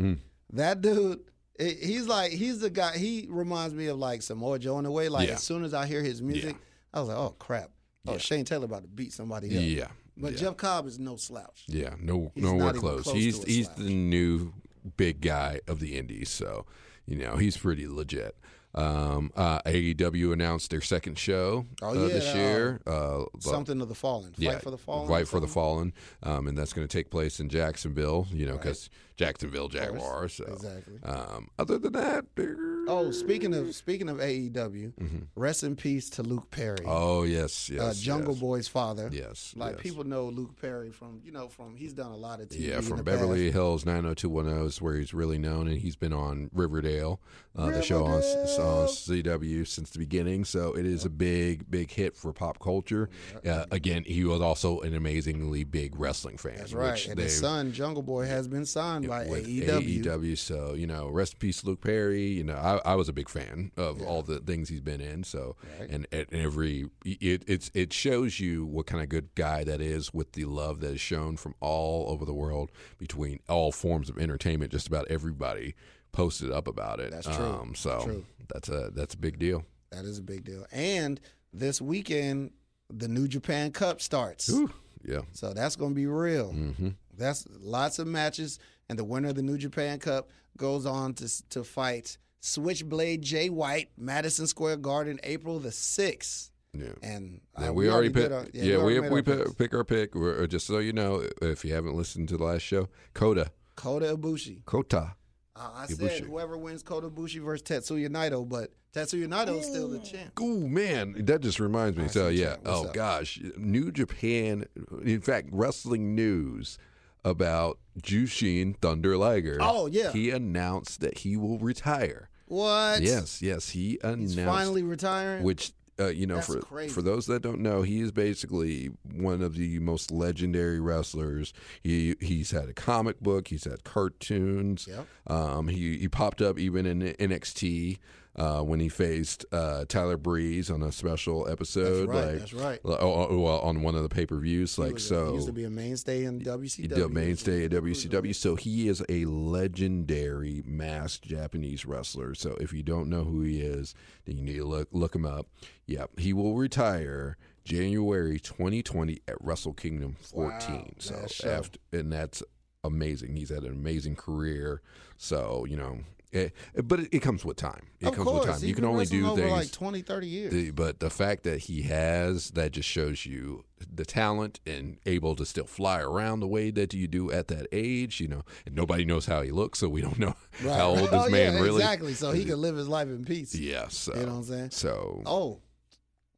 [SPEAKER 3] Mm.
[SPEAKER 1] that dude, it, he's like, he's the guy, he reminds me of like Samoa Joe in a way. Like,
[SPEAKER 3] Yeah.
[SPEAKER 1] as soon as I hear his music, I was like, oh crap. Oh,
[SPEAKER 3] Yeah.
[SPEAKER 1] Shane Taylor about to beat somebody
[SPEAKER 3] Yeah,
[SPEAKER 1] up.
[SPEAKER 3] yeah,
[SPEAKER 1] But Jeff Cobb is no slouch.
[SPEAKER 3] yeah. no,
[SPEAKER 1] He's
[SPEAKER 3] nowhere
[SPEAKER 1] not even
[SPEAKER 3] close.
[SPEAKER 1] close
[SPEAKER 3] He's
[SPEAKER 1] to a
[SPEAKER 3] he's
[SPEAKER 1] slouch.
[SPEAKER 3] the new big guy of the Indies. So, you know, he's pretty legit. Um, uh, AEW announced their second show
[SPEAKER 1] Oh,
[SPEAKER 3] uh, this
[SPEAKER 1] yeah,
[SPEAKER 3] year. Uh, the-
[SPEAKER 1] Something of the fallen. Fight for the fallen. or
[SPEAKER 3] Fight for the
[SPEAKER 1] something?
[SPEAKER 3] Fallen, um, and that's going to take place in Jacksonville. You know, because Jacksonville Jaguars. So,
[SPEAKER 1] Exactly.
[SPEAKER 3] um, other than that, there-
[SPEAKER 1] Oh, speaking of speaking of AEW, rest in peace to Luke Perry,
[SPEAKER 3] Mm-hmm. oh yes, yes,
[SPEAKER 1] uh, Jungle
[SPEAKER 3] yes,
[SPEAKER 1] Boy's father.
[SPEAKER 3] Yes,
[SPEAKER 1] Like
[SPEAKER 3] yes.
[SPEAKER 1] people know Luke Perry from you know from he's done a lot of TV.
[SPEAKER 3] Yeah,
[SPEAKER 1] in
[SPEAKER 3] from
[SPEAKER 1] the
[SPEAKER 3] Beverly
[SPEAKER 1] past.
[SPEAKER 3] Hills 90210 is where he's really known, and he's been on Riverdale, uh, the show on, s- on CW since the beginning. So it is a big, big hit for pop culture. Uh, again, he was also an amazingly big wrestling fan.
[SPEAKER 1] That's right.
[SPEAKER 3] which
[SPEAKER 1] And his
[SPEAKER 3] they-
[SPEAKER 1] son Jungle Boy has been signed by E
[SPEAKER 3] with E
[SPEAKER 1] AEW.
[SPEAKER 3] So you know, rest in peace, Luke Perry. You know, I, I was a big fan of all the things he's been in. So and at every it it's it shows you what kind of good guy that is with the love that is shown from all over the world between all forms of entertainment. Just about everybody posted up about it.
[SPEAKER 1] That's true.
[SPEAKER 3] Um, so
[SPEAKER 1] True.
[SPEAKER 3] that's a that's a big deal.
[SPEAKER 1] That is a big deal. And this weekend, the New Japan Cup starts.
[SPEAKER 3] Whew. Yeah.
[SPEAKER 1] So that's going to be real.
[SPEAKER 3] hmm
[SPEAKER 1] That's lots of matches, and the winner of the New Japan Cup goes on to to fight Switchblade Jay White, Madison Square Garden, April the sixth.
[SPEAKER 3] Yeah.
[SPEAKER 1] And
[SPEAKER 3] Yeah,
[SPEAKER 1] uh,
[SPEAKER 3] we, already pick.
[SPEAKER 1] did our-
[SPEAKER 3] yeah, we
[SPEAKER 1] already
[SPEAKER 3] we,
[SPEAKER 1] made our
[SPEAKER 3] pick,
[SPEAKER 1] picks.
[SPEAKER 3] pick our pick. We're, uh, just so you know, if you haven't listened to the last show, Coda,
[SPEAKER 1] Kota Ibushi.
[SPEAKER 3] Kota,
[SPEAKER 1] Uh, I
[SPEAKER 3] Ibushi.
[SPEAKER 1] said whoever wins Kota Ibushi versus Tetsuya Naito, but Tetsuya Naito's still the champ.
[SPEAKER 3] Oh man, that just reminds me. so
[SPEAKER 1] see
[SPEAKER 3] yeah.
[SPEAKER 1] that. What's
[SPEAKER 3] Oh
[SPEAKER 1] up?
[SPEAKER 3] gosh, New Japan. In fact, wrestling news about Jushin Thunder Liger.
[SPEAKER 1] Oh, yeah.
[SPEAKER 3] he announced that he will retire.
[SPEAKER 1] What?
[SPEAKER 3] yes, yes, he announced
[SPEAKER 1] He's finally retiring.
[SPEAKER 3] which uh, you know
[SPEAKER 1] That's
[SPEAKER 3] for
[SPEAKER 1] crazy.
[SPEAKER 3] for those that don't know, he is basically one of the most legendary wrestlers. He he's had a comic book, he's had cartoons.
[SPEAKER 1] Yep.
[SPEAKER 3] Um, he he popped up even in NXT. uh, when he faced uh, Tyler Breeze on a special
[SPEAKER 1] That's
[SPEAKER 3] episode,
[SPEAKER 1] right.
[SPEAKER 3] like
[SPEAKER 1] that's right.
[SPEAKER 3] like, oh, oh, well, on one of the pay per views,
[SPEAKER 1] He
[SPEAKER 3] like
[SPEAKER 1] was a-
[SPEAKER 3] so.
[SPEAKER 1] he used to be a mainstay in WCW.
[SPEAKER 3] The mainstay at WCW. So he is a legendary masked Japanese wrestler. So if you don't know who he is, then you need to look look him up. Yep, he will retire January 2020 at Wrestle Kingdom 14.
[SPEAKER 1] Wow,
[SPEAKER 3] so
[SPEAKER 1] that show.
[SPEAKER 3] after, and that's amazing. He's had an amazing career. So you know, it, but it, it comes with time. It
[SPEAKER 1] Of
[SPEAKER 3] comes
[SPEAKER 1] course,
[SPEAKER 3] with time.
[SPEAKER 1] he
[SPEAKER 3] You can only
[SPEAKER 1] wrestled
[SPEAKER 3] do
[SPEAKER 1] over
[SPEAKER 3] things
[SPEAKER 1] like 20, 30 years.
[SPEAKER 3] the, but the fact that he has that just shows you the talent and able to still fly around the way that you do at that age, you know. And nobody knows how he looks, so we don't know
[SPEAKER 1] Right.
[SPEAKER 3] how old this
[SPEAKER 1] Oh, yeah,
[SPEAKER 3] man really.
[SPEAKER 1] Exactly. So he could live his life in peace.
[SPEAKER 3] Yeah. So.
[SPEAKER 1] You know what I'm saying?
[SPEAKER 3] so
[SPEAKER 1] Oh,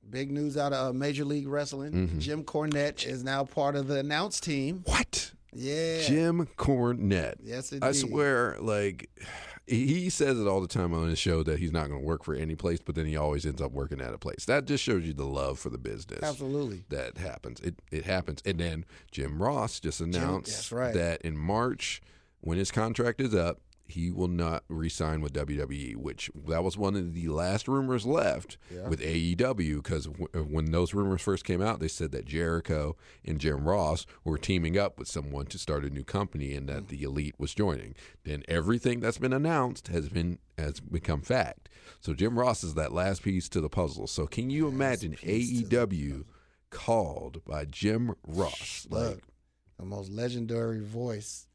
[SPEAKER 1] big news out of uh, Major League Wrestling.
[SPEAKER 3] Mm-hmm.
[SPEAKER 1] Jim Cornette is now part of the announce team.
[SPEAKER 3] what?
[SPEAKER 1] Yeah.
[SPEAKER 3] Jim Cornette.
[SPEAKER 1] Yes, indeed.
[SPEAKER 3] I swear, like he he says it all the time on his show that he's not going to work for any place, but then he always ends up working at a place. That just shows you the love for the business.
[SPEAKER 1] Absolutely.
[SPEAKER 3] that happens. It it happens. And then Jim Ross just announced
[SPEAKER 1] that's right.
[SPEAKER 3] that in March, when his contract is up, he will not re-sign with WWE, which that was one of the last rumors left
[SPEAKER 1] Yeah.
[SPEAKER 3] with AEW. Because w- uh, when those rumors first came out, they said that Jericho and Jim Ross were teaming up with someone to start a new company, and that the Elite was joining. Then everything that's been announced has been has become fact. So Jim Ross is that last piece to the puzzle. So can you imagine E AEW called by Jim Ross? Like
[SPEAKER 1] Look, the most legendary voice.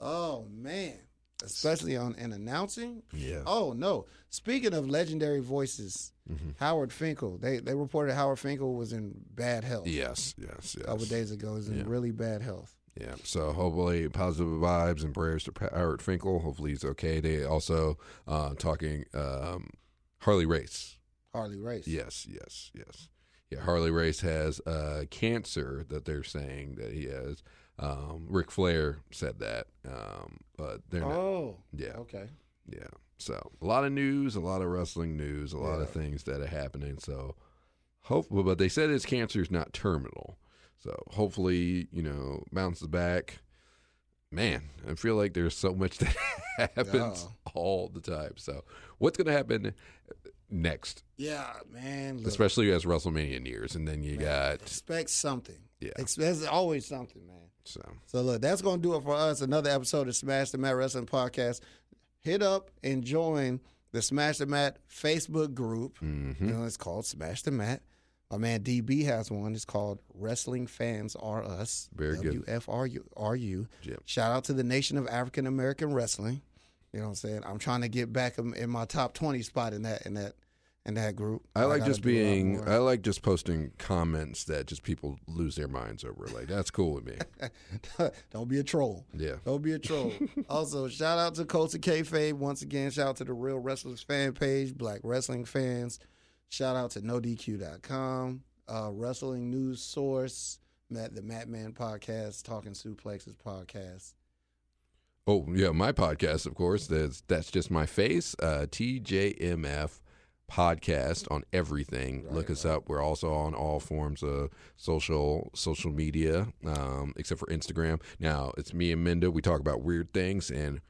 [SPEAKER 1] Oh, man. Especially on in announcing.
[SPEAKER 3] yeah.
[SPEAKER 1] Oh no! Speaking of legendary voices,
[SPEAKER 3] Mm-hmm.
[SPEAKER 1] Howard Finkel. They they reported Howard Finkel was in bad health
[SPEAKER 3] Yes, yes, yes.
[SPEAKER 1] a couple days ago. Is in
[SPEAKER 3] Yeah.
[SPEAKER 1] really bad health.
[SPEAKER 3] Yeah. So hopefully, positive vibes and prayers to Howard Finkel. Hopefully, he's okay. They also uh, talking um, Harley Race.
[SPEAKER 1] Harley Race.
[SPEAKER 3] Yes, yes, yes. Yeah, Harley Race has uh, cancer that they're saying that he has. Um, Rick Flair said that, um, but they're not.
[SPEAKER 1] Oh.
[SPEAKER 3] Yeah.
[SPEAKER 1] Okay.
[SPEAKER 3] Yeah. So a lot of news, a lot of wrestling news, a lot of
[SPEAKER 1] Yeah.
[SPEAKER 3] things that are happening. So hopefully, but they said his cancer is not terminal. So hopefully, you know, bounces back. Man, I feel like there's so much that happens all the time. So what's going to happen next,
[SPEAKER 1] Yeah, man. Look,
[SPEAKER 3] especially as WrestleMania nears, and then you got
[SPEAKER 1] expect something.
[SPEAKER 3] Yeah.
[SPEAKER 1] Ex- There's always something, man.
[SPEAKER 3] so
[SPEAKER 1] So look, that's gonna do it for us. Another episode of Smash the Mat Wrestling Podcast. Hit up and join the Smash the Mat Facebook group.
[SPEAKER 3] mhm.
[SPEAKER 1] You know, it's called Smash the Mat. My man DB has one. It's called Wrestling Fans Are Us.
[SPEAKER 3] Very good.
[SPEAKER 1] WFRU. Are you?
[SPEAKER 3] Yep.
[SPEAKER 1] Shout out to the Nation of African American Wrestling. You know what I'm saying? I'm trying to get back in in my top 20 spot in that in that in that group.
[SPEAKER 3] I like
[SPEAKER 1] gotta
[SPEAKER 3] just
[SPEAKER 1] do a lot
[SPEAKER 3] being,
[SPEAKER 1] more.
[SPEAKER 3] I like just posting comments that just people lose their minds over. Like that's cool with me.
[SPEAKER 1] Don't be a troll.
[SPEAKER 3] Yeah.
[SPEAKER 1] Don't be a troll. also, shout out to Costa Kayfabe. Once again, shout out to the Real Wrestlers fan page, Black Wrestling Fans. Shout out to NoDQ.com, uh, Wrestling News Source, Matt, the Madman Podcast, Talking Suplexes Podcast.
[SPEAKER 3] Oh yeah, my podcast, of course. That's that's just my face. Uh, TJMF podcast on everything. Look us up. We're also on all forms of social social media, um, except for Instagram. Now it's me and Minda. We talk about weird things, and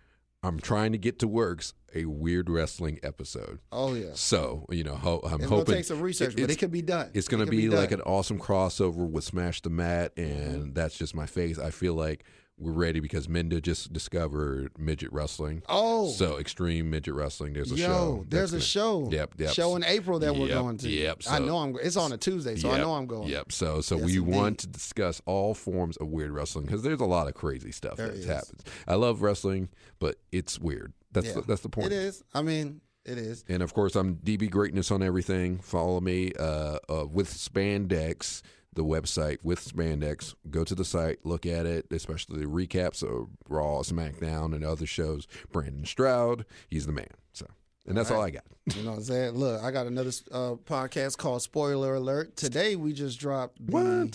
[SPEAKER 3] I'm trying to get to works a weird wrestling episode.
[SPEAKER 1] Oh, yeah.
[SPEAKER 3] So you know, ho-
[SPEAKER 1] It's going
[SPEAKER 3] I'm
[SPEAKER 1] to
[SPEAKER 3] hoping
[SPEAKER 1] take some research, but
[SPEAKER 3] it's-
[SPEAKER 1] it could be done.
[SPEAKER 3] it's going
[SPEAKER 1] It
[SPEAKER 3] to
[SPEAKER 1] could
[SPEAKER 3] be, like
[SPEAKER 1] done. Mm-hmm.
[SPEAKER 3] an awesome crossover with Smash the Mat, and that's just my face. I feel like we're ready because Minda just discovered midget wrestling.
[SPEAKER 1] Oh,
[SPEAKER 3] So extreme midget wrestling. There's a
[SPEAKER 1] yo,
[SPEAKER 3] show.
[SPEAKER 1] there's a
[SPEAKER 3] that's
[SPEAKER 1] show.
[SPEAKER 3] Yep, yep.
[SPEAKER 1] Show in April that we're
[SPEAKER 3] Yep,
[SPEAKER 1] going to.
[SPEAKER 3] yep,
[SPEAKER 1] I
[SPEAKER 3] so-
[SPEAKER 1] know I'm. It's on a Tuesday, so I
[SPEAKER 3] Yep,
[SPEAKER 1] know I'm going.
[SPEAKER 3] Yep. So so
[SPEAKER 1] Yes,
[SPEAKER 3] we want
[SPEAKER 1] indeed.
[SPEAKER 3] to discuss all forms of weird wrestling because there's a lot of crazy stuff
[SPEAKER 1] There
[SPEAKER 3] that
[SPEAKER 1] is.
[SPEAKER 3] happens. I love wrestling, but it's weird. That's
[SPEAKER 1] Yeah.
[SPEAKER 3] the, that's the point.
[SPEAKER 1] It is. I mean, it is.
[SPEAKER 3] And of course, I'm DB Greatness on everything. Follow me uh, uh, with Spandex, the website with Spandex. Go to the site, look at it, especially the recaps of Raw, SmackDown, and other shows. Brandon Stroud, he's the man. So, and that's all I got.
[SPEAKER 1] You know what I'm saying? Look, I got another uh, podcast called Spoiler Alert. Today we just dropped the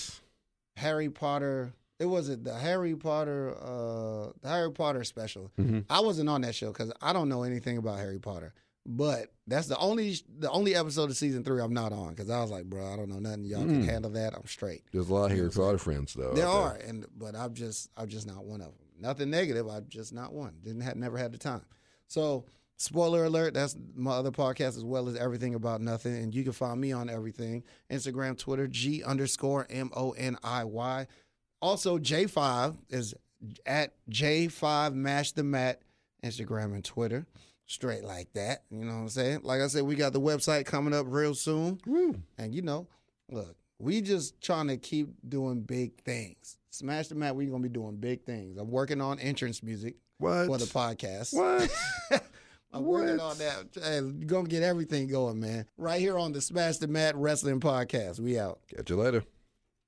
[SPEAKER 1] Harry Potter. It was it the Harry Potter uh the Harry Potter special. I wasn't on that show cuz I don't know anything about Harry Potter. But that's the only the only episode of season 3 I'm not on cuz I was like, bro, I don't know nothing. Y'all can handle that. I'm straight.
[SPEAKER 3] There's a lot of Harry Potter friends though.
[SPEAKER 1] there
[SPEAKER 3] out
[SPEAKER 1] are and but I'm just I'm just not one of them. Nothing negative, I'm just not one. Didn't have never had the time. So Spoiler alert, that's my other podcast as well as Everything About Nothing. And you can find me on everything Instagram, Twitter, G underscore M O N I Y. Also, J5 is at J5 Mash the Mat, Instagram and Twitter. Straight like that. You know what I'm saying? Like I said, we got the website coming up real soon. And you know, look, we just trying to keep doing big things. Smash the mat, we gonna be doing big things. I'm working on entrance music
[SPEAKER 3] What?
[SPEAKER 1] for the podcast.
[SPEAKER 3] What?
[SPEAKER 1] I'm working
[SPEAKER 3] What?
[SPEAKER 1] on that. Hey, gonna get everything going, man. Right here on the Smash the Mat Wrestling Podcast. We out.
[SPEAKER 3] Catch you later.